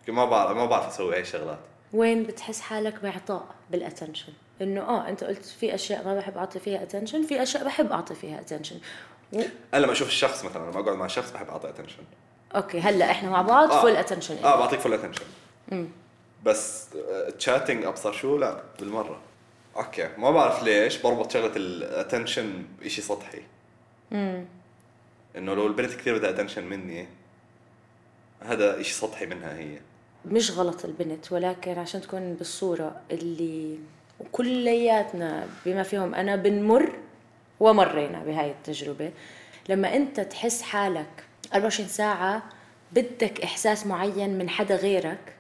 D: ما بعرف ما بعرف اسوي هاي الشغلات
C: وين بتحس حالك بعطاء بالاتنشن انه اه انت قلت في اشياء ما بحب اعطي فيها اتنشن في اشياء بحب اعطي فيها اتنشن
D: انا لما اشوف الشخص مثلا لما اقعد مع شخص بحب اعطي اتنشن
C: اوكي هلا احنا مع بعض
D: آه.
C: فول اتنشن
D: اه بعطيك فول اتنشن بس آه، تشاتنج ابصر شو لا بالمره اوكي ما بعرف ليش بربط شغله الاتنشن بشيء سطحي انه لو البنت كثير بدها اتنشن مني هذا إشي سطحي منها هي
C: مش غلط البنت ولكن عشان تكون بالصورة اللي كلياتنا بما فيهم أنا بنمر ومرينا بهاي التجربة لما أنت تحس حالك 24 ساعة بدك إحساس معين من حدا غيرك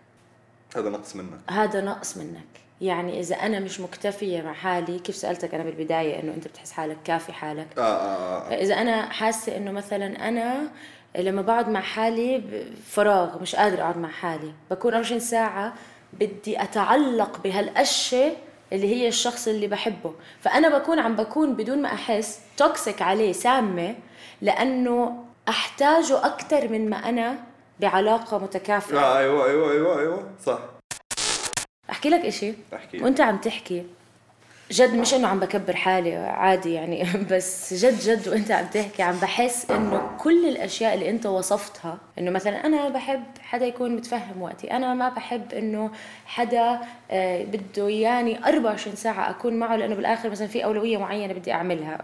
D: هذا نقص منك
C: هذا نقص منك يعني إذا أنا مش مكتفية مع حالي كيف سألتك أنا بالبداية إنه أنت بتحس حالك كافي حالك
D: آه آه, آه.
C: فاذا انا حاسه انه مثلا انا لما بقعد مع حالي ب- فراغ مش قادر اقعد مع حالي بكون 24 ساعه بدي اتعلق بهالاشياء اللي هي الشخص اللي بحبه فانا بكون عم بكون بدون ما احس توكسيك عليه سامه لانه احتاجه اكثر من ما انا بعلاقه متكافئه
D: آه ايوه ايوه ايوه ايوه صح
C: احكي لك اشي
D: احكي.
C: وانت عم تحكي جد مش انه عم بكبر حالي عادي يعني بس جد جد وانت عم تحكي عم بحس انه كل الاشياء اللي انت وصفتها انه مثلا انا بحب حدا يكون متفهم وقتي انا ما بحب انه حدا آه، بده اياني 24 ساعه اكون معه لانه بالاخر مثلا في اولويه معينه بدي اعملها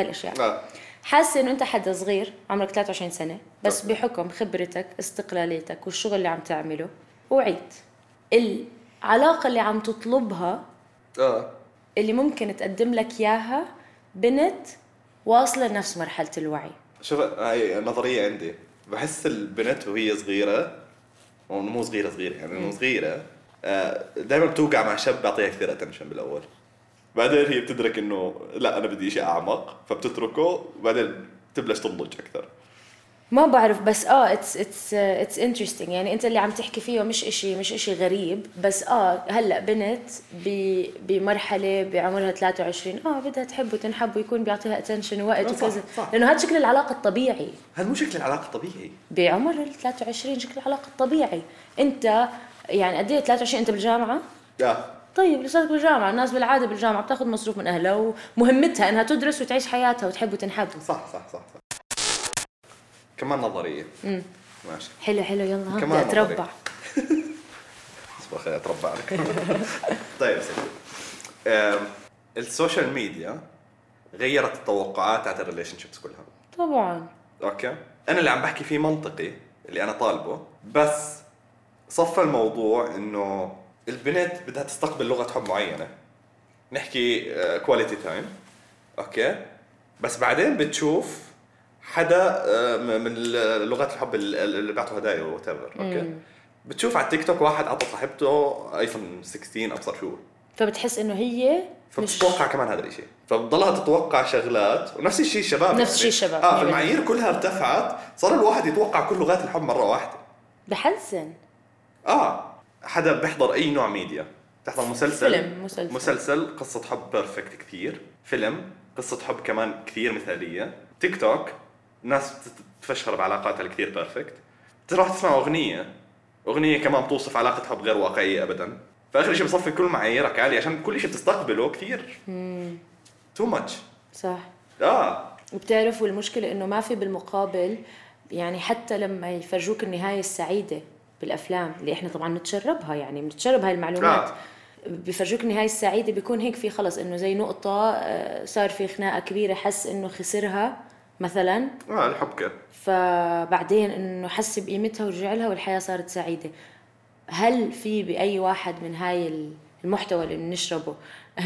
C: هالاشياء
D: آه.
C: حاسه انه انت حدا صغير عمرك 23 سنه بس بحكم خبرتك استقلاليتك والشغل اللي عم تعمله وعيت العلاقه اللي عم تطلبها
D: اه
C: اللي ممكن تقدم لك اياها بنت واصله نفس مرحله الوعي
D: شوف هاي نظرية عندي بحس البنت وهي صغيرة أو مو صغيرة صغيرة يعني انه صغيرة دائما بتوقع مع شاب بيعطيها كثير اتنشن بالاول بعدين هي بتدرك انه لا انا بدي شيء اعمق فبتتركه وبعدين بتبلش تنضج اكثر
C: ما بعرف بس اه اتس اتس اتس انترستينج يعني انت اللي عم تحكي فيه مش اشي مش اشي غريب بس اه هلا بنت ب- بمرحله بعمرها 23 اه بدها تحب وتنحب ويكون بيعطيها اتنشن ووقت
D: آه، صح،
C: وكذا
D: صح.
C: لانه هذا شكل العلاقه الطبيعي
D: هذا مو شكل العلاقة الطبيعي
C: بعمر ال 23 شكل العلاقه الطبيعي انت يعني قد ايه 23 انت بالجامعه
D: اه
C: طيب لساتك بالجامعه الناس بالعاده بالجامعه بتاخذ مصروف من اهلها ومهمتها انها تدرس وتعيش حياتها وتحب وتنحب
D: صح صح صح صح كمان نظرية ماشي
C: حلو حلو يلا ها بدي
D: كمان
C: اتربع
D: نظري. اصبر خليني اتربع لك طيب يا سيدي. آم، السوشيال ميديا غيرت التوقعات على الريليشن شيبس كلها
C: طبعا
D: اوكي انا اللي عم بحكي فيه منطقي اللي انا طالبه بس صفى الموضوع انه البنت بدها تستقبل لغه حب معينه نحكي آه، كواليتي تايم اوكي بس بعدين بتشوف حدا آه، م- من ال- لغات الحب ال- ال- اللي بعتوا هدايا وات اوكي بتشوف على التيك توك واحد عطى صاحبته ايفون 16 ابصر شو
C: فبتحس انه هي مش
D: فبتتوقع كمان هذا الشيء فبتضلها تتوقع شغلات ونفس الشيء الشباب
C: نفس الشيء الشباب، أيوة. 100%.
D: اه فالمعايير كلها ارتفعت صار الواحد يتوقع كل لغات الحب مره واحده
C: بحزن
D: اه حدا بيحضر اي نوع ميديا بتحضر مسلسل
C: فيلم، مسلسل.
D: مسلسل قصه حب بيرفكت كثير فيلم قصه حب كمان كثير مثاليه تيك توك ناس بت- بتفشخر بعلاقاتها الكثير بيرفكت تروح تسمع اغنيه اغنيه كمان بتوصف علاقه حب غير واقعيه ابدا فاخر شيء بصفي كل معاييرك عاليه عشان كل شيء بتستقبله كثير تو ماتش
C: صح
D: اه
C: وبتعرف والمشكله انه ما في بالمقابل يعني حتى لما يفرجوك النهايه السعيده بالافلام اللي احنا طبعا بنتشربها يعني بنتشرب هاي المعلومات
D: آه.
C: بفرجوك النهايه السعيده بيكون هيك في خلص انه زي نقطه آه، صار في خناقه كبيره حس انه خسرها مثلا
D: اه الحبكه
C: فبعدين انه حس بقيمتها ورجع لها والحياه صارت سعيده هل في باي واحد من هاي المحتوى اللي بنشربه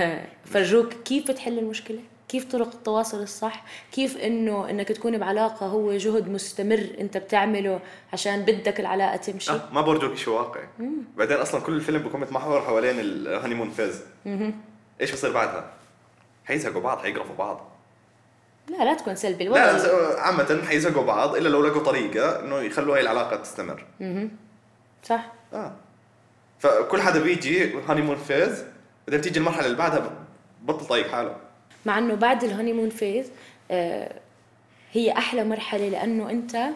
C: فرجوك كيف بتحل المشكله كيف طرق التواصل الصح كيف انه انك تكون بعلاقه هو جهد مستمر انت بتعمله عشان بدك العلاقه تمشي
D: آه ما بورجوك شيء واقعي بعدين اصلا كل الفيلم بيكون متمحور حوالين الهانيمون فيز ايش بصير بعدها؟ حيزهقوا بعض حيقرفوا بعض
C: لا لا تكون سلبي
D: لا
C: الوضع
D: لا، عامة حيزهقوا بعض الا لو لقوا طريقة انه يخلوا هاي العلاقة تستمر
C: صح
D: اه فكل حدا بيجي هانيمون فيز بعدين بتيجي المرحلة اللي بعدها بطل طايق حاله
C: مع انه بعد الهونيمون فيز آه، هي احلى مرحله لانه انت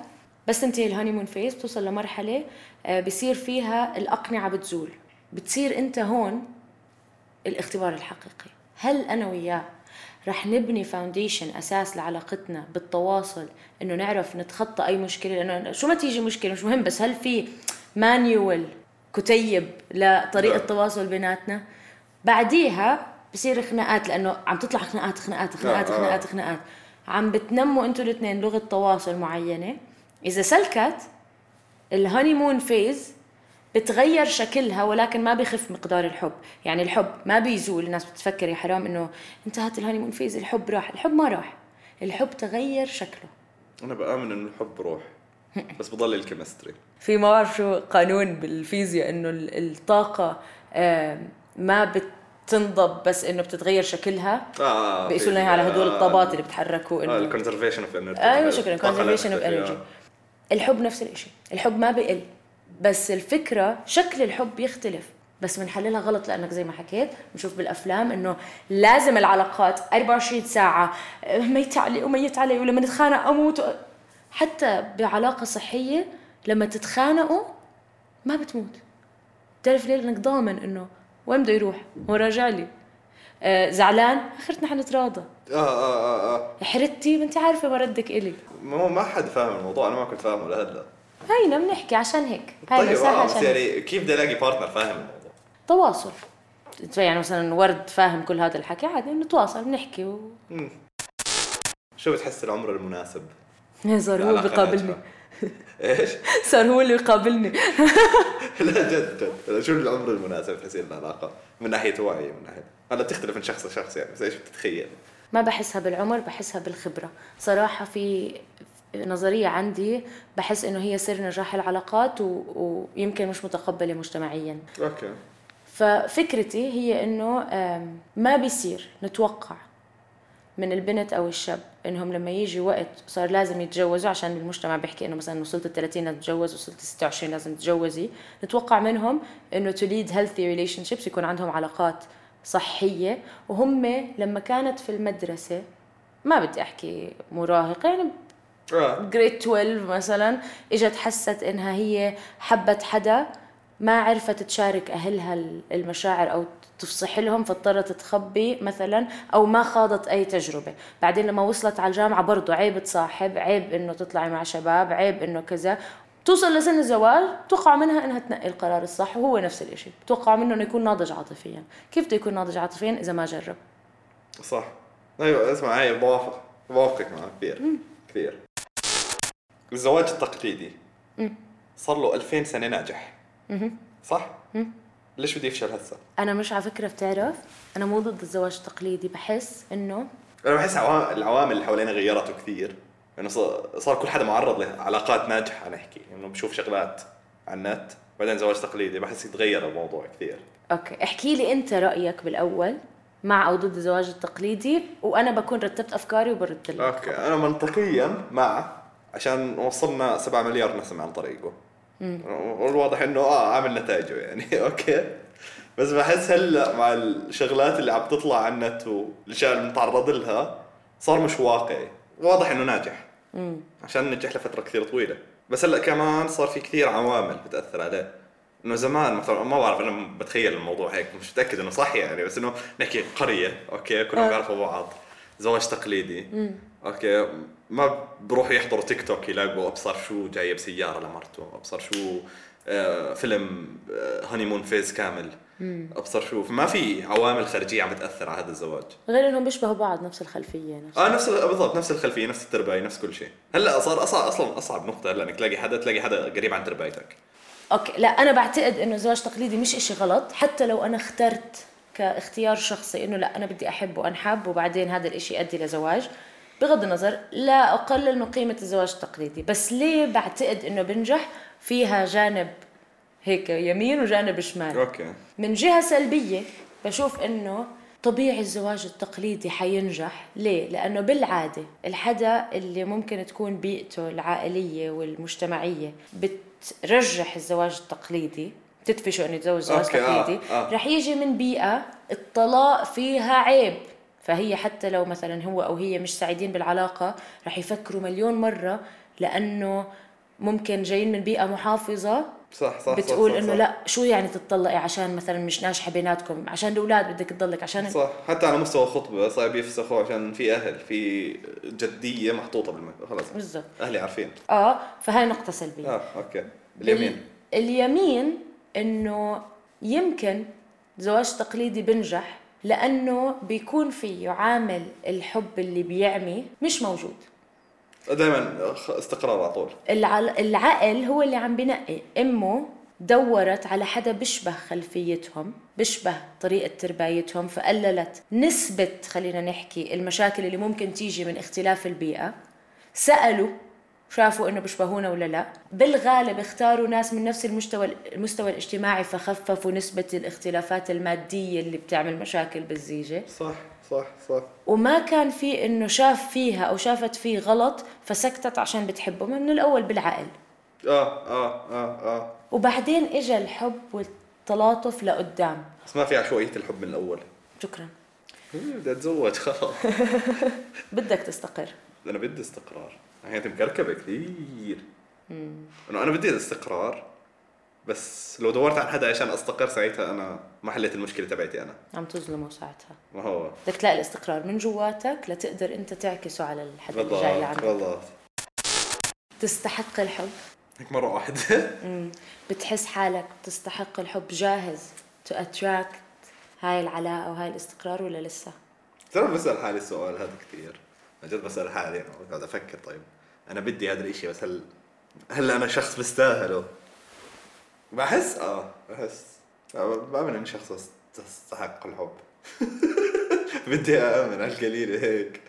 C: بس تنتهي الهونيمون فيز بتوصل لمرحله آه، بصير فيها الاقنعه بتزول بتصير انت هون الاختبار الحقيقي هل انا وياه رح نبني فاونديشن اساس لعلاقتنا بالتواصل انه نعرف نتخطى اي مشكله لانه شو ما تيجي مشكله مش مهم بس هل في مانيوال كتيب لطريقه
D: لا.
C: تواصل بيناتنا بعديها بصير خناقات لانه عم تطلع خناقات خناقات خناقات
D: آه.
C: خناقات خناقات عم بتنموا انتوا الاثنين لغه تواصل معينه اذا سلكت الهانيمون فيز بتغير شكلها ولكن ما بخف مقدار الحب يعني الحب ما بيزول الناس بتفكر يا حرام انه انتهت الهانيمون فيز الحب راح الحب ما راح الحب تغير شكله
D: انا بامن انه الحب روح بس بضل الكيمستري
C: في ما بعرف شو قانون بالفيزياء انه ال- الطاقه آه، ما بتنضب بس انه بتتغير شكلها
D: اه
C: بيقيسوا لنا إياها على هدول الطابات اللي
D: آه،
C: بيتحركوا انه
D: الكونزرفيشن اوف انرجي
C: ايوه شكرا كونزرفيشن اوف انرجي الحب نفس الشيء الحب ما بقل بس الفكره شكل الحب يختلف بس بنحللها غلط لانك زي ما حكيت بنشوف بالافلام انه لازم العلاقات 24 ساعه آه، ميت علي وميت علي ولما نتخانق اموت و- حتى بعلاقه صحيه لما تتخانقوا ما بتموت بتعرف ليه لانك ضامن انه وين بده يروح هو راجع لي آه زعلان اخرتنا حنتراضى
D: اه اه اه اه
C: حرتي ما انت عارفه مردك الي
D: ما هو ما حد فاهم الموضوع انا ما كنت فاهمه لهلا
C: هينا بنحكي عشان هيك هاي
D: طيب
C: مساحه
D: اه بس
C: عشان هيك.
D: يعني كيف بدي الاقي بارتنر فاهم الموضوع
C: تواصل يعني مثلا ورد فاهم كل هذا الحكي عادي نتواصل بنحكي و...
D: شو بتحس العمر المناسب؟
C: صار هو
D: العلاقة
C: بيقابلني
D: ناجحة. ايش؟
C: صار هو اللي بيقابلني
D: لا جد جد شو العمر المناسب تحسين العلاقه؟ من ناحيه وعي من ناحيه هلا بتختلف من شخص لشخص يعني بس ايش بتتخيل؟
C: ما بحسها بالعمر بحسها بالخبرة صراحة في نظرية عندي بحس انه هي سر نجاح العلاقات و... ويمكن مش متقبلة مجتمعيا
D: اوكي
C: ففكرتي هي انه آم، ما بيصير نتوقع من البنت او الشاب انهم لما يجي وقت صار لازم يتجوزوا عشان المجتمع بيحكي انه مثلا وصلت ال 30 لازم تتجوز وصلت ال 26 لازم تتجوزي نتوقع منهم انه to lead healthy relationships يكون عندهم علاقات صحية وهم لما كانت في المدرسة ما بدي احكي مراهقة يعني
D: اه
C: جريد 12 مثلا اجت حست انها هي حبت حدا ما عرفت تشارك اهلها ال- المشاعر او تفصح لهم فاضطرت تخبي مثلا او ما خاضت اي تجربه بعدين لما وصلت على الجامعه برضه عيب تصاحب عيب انه تطلعي مع شباب عيب انه كذا توصل لسن الزواج توقع منها انها تنقي القرار الصح وهو نفس الشيء توقع منه انه يكون ناضج عاطفيا كيف بده يكون ناضج عاطفيا اذا ما جرب
D: صح ايوه اسمع هاي بوافق بوافقك معك كثير كثير الزواج التقليدي صار له 2000 سنه ناجح صح؟ ليش بده يفشل هسه؟
C: انا مش على فكره بتعرف انا مو ضد الزواج التقليدي بحس انه
D: انا بحس عوا- العوامل اللي حوالينا غيرته كثير انه ص- صار كل حدا معرض لعلاقات ناجحه نحكي انه يعني بشوف شغلات على النت بعدين زواج تقليدي بحس يتغير الموضوع كثير
C: اوكي احكي لي انت رايك بالاول مع او ضد الزواج التقليدي وانا بكون رتبت افكاري وبرد لك
D: اوكي انا منطقيا مع عشان وصلنا 7 مليار نسمة عن طريقه والواضح انه اه عامل نتائجه يعني اوكي بس بحس هلا مع الشغلات اللي عم تطلع على النت والاشياء اللي بنتعرض لها صار مش واقعي واضح انه ناجح عشان نجح لفتره كثير طويله بس هلا كمان صار في كثير عوامل بتاثر عليه انه زمان مثلا ما بعرف انا بتخيل الموضوع هيك مش متاكد انه صح يعني بس انه نحكي قريه اوكي كلهم بيعرفوا بعض زواج تقليدي اوكي ما بروحوا يحضروا تيك توك يلاقوا ابصر شو جايه بسياره لمرته ابصر شو آه فيلم آه، هانيمون فيز كامل ابصر شو فما في عوامل خارجيه عم بتاثر على هذا الزواج
C: غير انهم بيشبهوا بعض نفس الخلفيه نفس
D: اه نفس بالضبط نفس الخلفيه نفس التربايه نفس كل شيء هلا صار اصعب اصلا اصعب نقطه هلا انك تلاقي حدا تلاقي حدا قريب عن تربايتك
C: اوكي لا انا بعتقد انه الزواج التقليدي مش إشي غلط حتى لو انا اخترت كاختيار شخصي انه لا انا بدي احب وانحب وبعدين هذا الإشي يؤدي لزواج بغض النظر لا اقلل من قيمه الزواج التقليدي بس ليه بعتقد انه بنجح فيها جانب هيك يمين وجانب شمال
D: اوكي
C: من جهة سلبية بشوف إنه طبيعي الزواج التقليدي حينجح ليه؟ لأنه بالعادة الحدا اللي ممكن تكون بيئته العائلية والمجتمعية بترجح الزواج التقليدي بتدفشه انه يتزوج زواج
D: أوكي، آه،
C: تقليدي
D: آه.
C: رح يجي من بيئة الطلاق فيها عيب فهي حتى لو مثلا هو أو هي مش سعيدين بالعلاقة رح يفكروا مليون مرة لأنه ممكن جايين من بيئة محافظة
D: صح صح
C: بتقول
D: صح صح
C: انه
D: صح.
C: لا شو يعني تتطلقي عشان مثلا مش ناجحه بيناتكم عشان الاولاد بدك تضلك عشان
D: صح حتى على مستوى الخطبه صار يفسخوا عشان في اهل في جديه محطوطه بالم... خلاص
C: بالظبط
D: اهلي عارفين
C: اه فهاي نقطه سلبيه
D: اه اوكي اليمين
C: ال- اليمين انه يمكن زواج تقليدي بنجح لانه بيكون فيه عامل الحب اللي بيعمي مش موجود
D: دائما استقرار على طول
C: العل- العقل هو اللي عم بنقي امه دورت على حدا بيشبه خلفيتهم بيشبه طريقة تربايتهم فقللت نسبة خلينا نحكي المشاكل اللي ممكن تيجي من اختلاف البيئة سألوا شافوا انه بيشبهونا ولا لا بالغالب اختاروا ناس من نفس المستوى المستوى الاجتماعي فخففوا نسبة الاختلافات المادية اللي بتعمل مشاكل بالزيجة
D: صح صح صح
C: وما كان في انه شاف فيها او شافت فيه غلط فسكتت عشان بتحبه ما من الاول بالعقل
D: اه اه اه اه
C: وبعدين اجى الحب والتلاطف لقدام
D: بس ما في عشوائيه الحب من الاول
C: شكرا
D: بدي اتزوج خلاص
C: بدك تستقر
D: انا بدي استقرار يعني حياتي مكركبه كثير انه انا بدي استقرار بس لو دورت عن حدا عشان استقر ساعتها انا ما حليت المشكله تبعتي انا
C: عم تظلمه ساعتها
D: ما هو
C: بدك تلاقي الاستقرار من جواتك لتقدر انت تعكسه على الحد
D: بالضبط
C: الجاي اللي عندك
D: بالضبط
C: تستحق الحب
D: هيك مره واحد
C: بتحس حالك تستحق الحب جاهز تو اتراكت هاي العلاقه وهاي الاستقرار ولا لسه
D: ترى بسال حالي السؤال هذا كثير عن جد بسال حالي انا قاعد افكر طيب انا بدي هذا الشيء بس هل هل انا شخص بستاهله؟ بحس اه بحس آه، بامن اني شخص بس- تستحق الحب بدي اامن على القليله هيك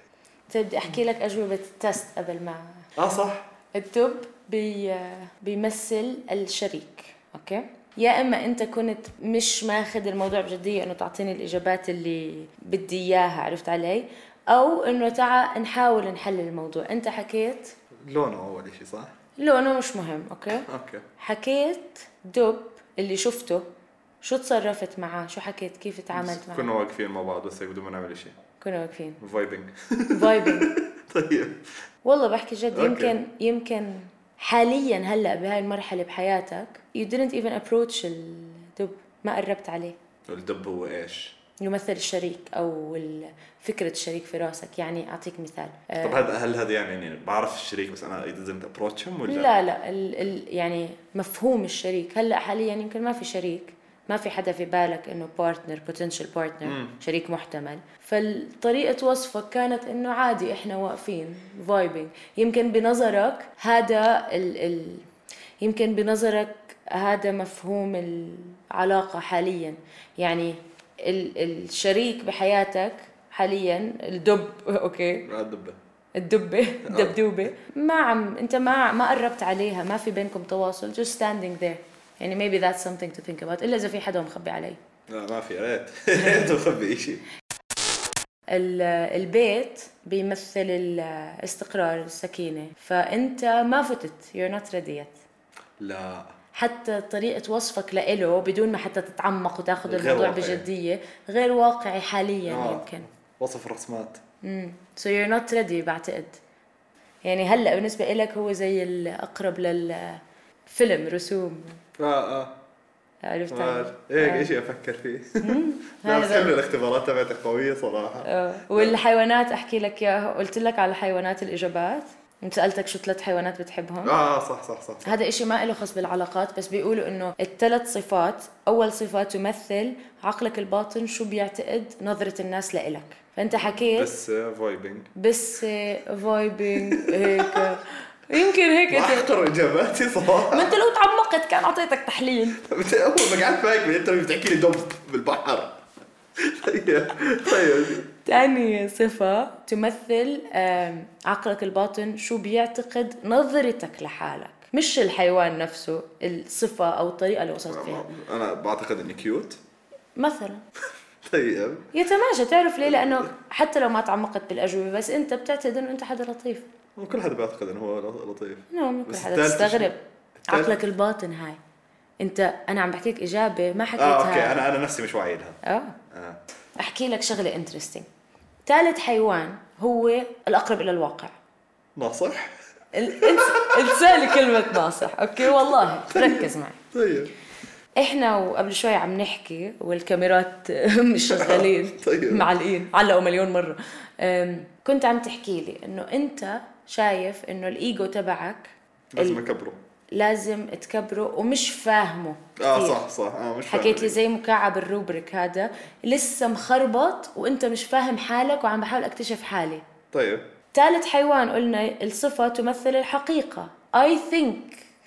C: طيب بدي احكي لك اجوبه التست قبل ما
D: اه صح
C: الدب بي بيمثل الشريك اوكي يا اما انت كنت مش ماخذ الموضوع بجديه انه تعطيني الاجابات اللي بدي اياها عرفت علي او انه تعا نحاول نحل الموضوع انت حكيت
D: لونه اول شيء صح؟
C: لونه مش مهم اوكي
D: اوكي
C: حكيت دب اللي شفته شو تصرفت معاه شو حكيت كيف تعاملت معاه
D: كنا واقفين مع بعض بس هيك بدون ما نعمل شيء
C: كنا واقفين
D: فايبنج
C: فايبنج
D: طيب
C: والله بحكي جد
D: أوكي.
C: يمكن يمكن حاليا هلا بهاي المرحله بحياتك you didn't even approach الدب ما قربت عليه
D: الدب هو ايش؟
C: يمثل الشريك او ال- فكره الشريك في راسك يعني اعطيك مثال آه،
D: طب هذا هل هذا يعني اني بعرف الشريك بس انا لازم ابروتشهم ولا؟
C: لا لا ال ال يعني مفهوم الشريك هلا حاليا يمكن ما في شريك ما في حدا في بالك انه بارتنر بوتنشال بارتنر شريك محتمل فطريقه وصفك كانت انه عادي احنا واقفين فايبنج يمكن بنظرك هذا ال ال يمكن بنظرك هذا مفهوم العلاقه حاليا يعني ال الشريك بحياتك حاليا الدب اوكي
D: لا الدبه
C: الدبه الدبدوبه ما عم انت ما ما قربت عليها ما في بينكم تواصل just standing there يعني maybe that's something to think about الا اذا في حدا مخبي علي
D: لا ما في يا ريت انت مخبي شيء
C: ال- البيت بيمثل الاستقرار السكينه فانت ما فتت you're not ready yet
D: لا
C: حتى طريقة وصفك لإله بدون ما حتى تتعمق وتاخذ
D: غير
C: الموضوع
D: واقعي.
C: بجدية غير واقعي حاليا
D: آه.
C: يعني يمكن
D: وصف الرسمات
C: امم سو يو نوت ريدي بعتقد يعني هلا بالنسبه لك هو زي الاقرب للفيلم رسوم
D: اه اه
C: عرفت
D: آه.
C: آه.
D: هيك شيء افكر فيه لا بس
C: هذا.
D: حلو الاختبارات تبعتك قويه صراحه
C: آه. والحيوانات احكي لك اياها قلت لك على حيوانات الاجابات انت سالتك شو ثلاث حيوانات بتحبهم
D: اه صح صح صح, صح.
C: هذا إشي ما له خص بالعلاقات بس بيقولوا انه الثلاث صفات اول صفه تمثل عقلك الباطن شو بيعتقد نظره الناس لإلك فانت حكيت
D: بس آه، فايبنج
C: بس فايبنج هيك يمكن هيك أنت-
D: احقر اجاباتي صراحه
C: ما انت لو تعمقت كان اعطيتك تحليل
D: بت- اول ما قعدت معك بالانترفيو بتحكي لي دب بالبحر طيب طيب
C: تاني صفة تمثل آم، عقلك الباطن شو بيعتقد نظرتك لحالك مش الحيوان نفسه الصفة أو الطريقة اللي وصلت فيها
D: انا بعتقد اني كيوت
C: مثلا
D: طيب
C: يتماشى تعرف ليه لأنه حتى لو ما تعمقت بالأجوبة بس أنت بتعتقد أنه أنت حدا لطيف
D: وكل حدا بعتقد انه هو لطيف
C: إنه ممكن
D: بس
C: حدا
D: الثالثة شو؟
C: تستغرب
D: الثالثة-
C: عقلك الباطن هاي أنت أنا عم بحكيك إجابة ما حكيتها
D: اه اوكي انا انا نفسي مش واعي لها
C: آه.
D: آه.
C: أحكي لك شغلة انترستينج ثالث حيوان هو الأقرب إلى الواقع
D: ناصح
C: ال- انس- انسى لي كلمة ناصح اوكي والله ركز معي
D: طيب
C: احنا وقبل شوي عم نحكي والكاميرات مش شغالين
D: طيب.
C: معلقين علقوا مليون مرة أم، كنت عم تحكي لي انه انت شايف انه الايجو تبعك
D: لازم اكبره
C: لازم تكبره ومش فاهمه
D: اه
C: كتير.
D: صح صح اه مش
C: حكيت لي
D: فاهم.
C: زي مكعب الروبريك هذا لسه مخربط وانت مش فاهم حالك وعم بحاول اكتشف حالي
D: طيب
C: ثالث حيوان قلنا الصفة تمثل الحقيقة I think يعني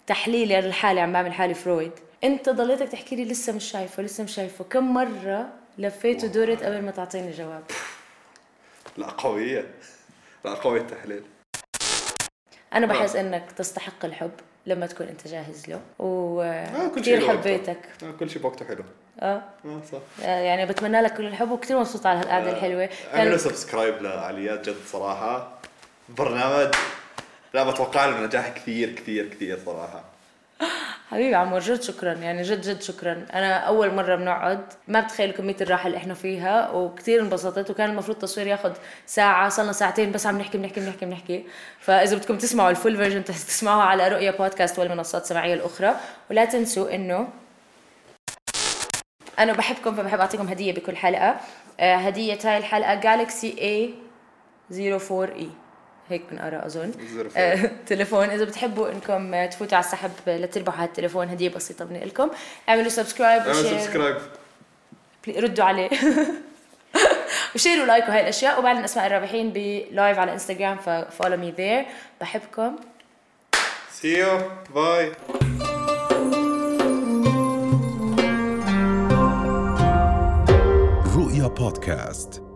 C: تحليلي أنا لحالي عم بعمل حالي فرويد انت ضليتك تحكي لي لسه مش شايفه لسه مش شايفه كم مرة لفيت ودورت قبل ما تعطيني جواب
D: لا قوية لا قوية التحليل
C: أنا بحس إنك تستحق الحب لما تكون أنت جاهز له
D: آه كل
C: وكثير
D: شيء
C: آه
D: بوقته.
C: حبيتك
D: آه كل شيء بوقته حلو
C: اه
D: اه صح
C: يعني بتمنى لك كل الحب وكثير مبسوطة على
D: آه،
C: هالقعدة الحلوة
D: اعملوا سبسكرايب لعليات جد صراحة برنامج لا بتوقع له نجاح كثير كثير كثير صراحة
C: حبيبي عمور جد شكرا يعني جد جد شكرا انا اول مره بنقعد ما بتخيل كميه الراحه اللي احنا فيها وكثير انبسطت وكان المفروض التصوير ياخذ ساعه صلنا ساعتين بس عم نحكي بنحكي بنحكي بنحكي فاذا بدكم تسمعوا الفول فيرجن تسمعوها على رؤيا بودكاست والمنصات السمعيه الاخرى ولا تنسوا انه انا بحبكم فبحب اعطيكم هديه بكل حلقه آه، هديه هاي الحلقه جالكسي اي 04 اي هيك بنقرا اظن
D: زرفة.
C: آه، تليفون اذا بتحبوا انكم تفوتوا على السحب لتربحوا هذا التليفون هديه بسيطه من لكم اعملوا سبسكرايب
D: اعملوا سبسكرايب
C: ردوا عليه وشيروا لايك وهي الاشياء وبعدين اسماء الرابحين بلايف على انستغرام ففولو مي ذير بحبكم
D: سي يو باي
B: رؤيا بودكاست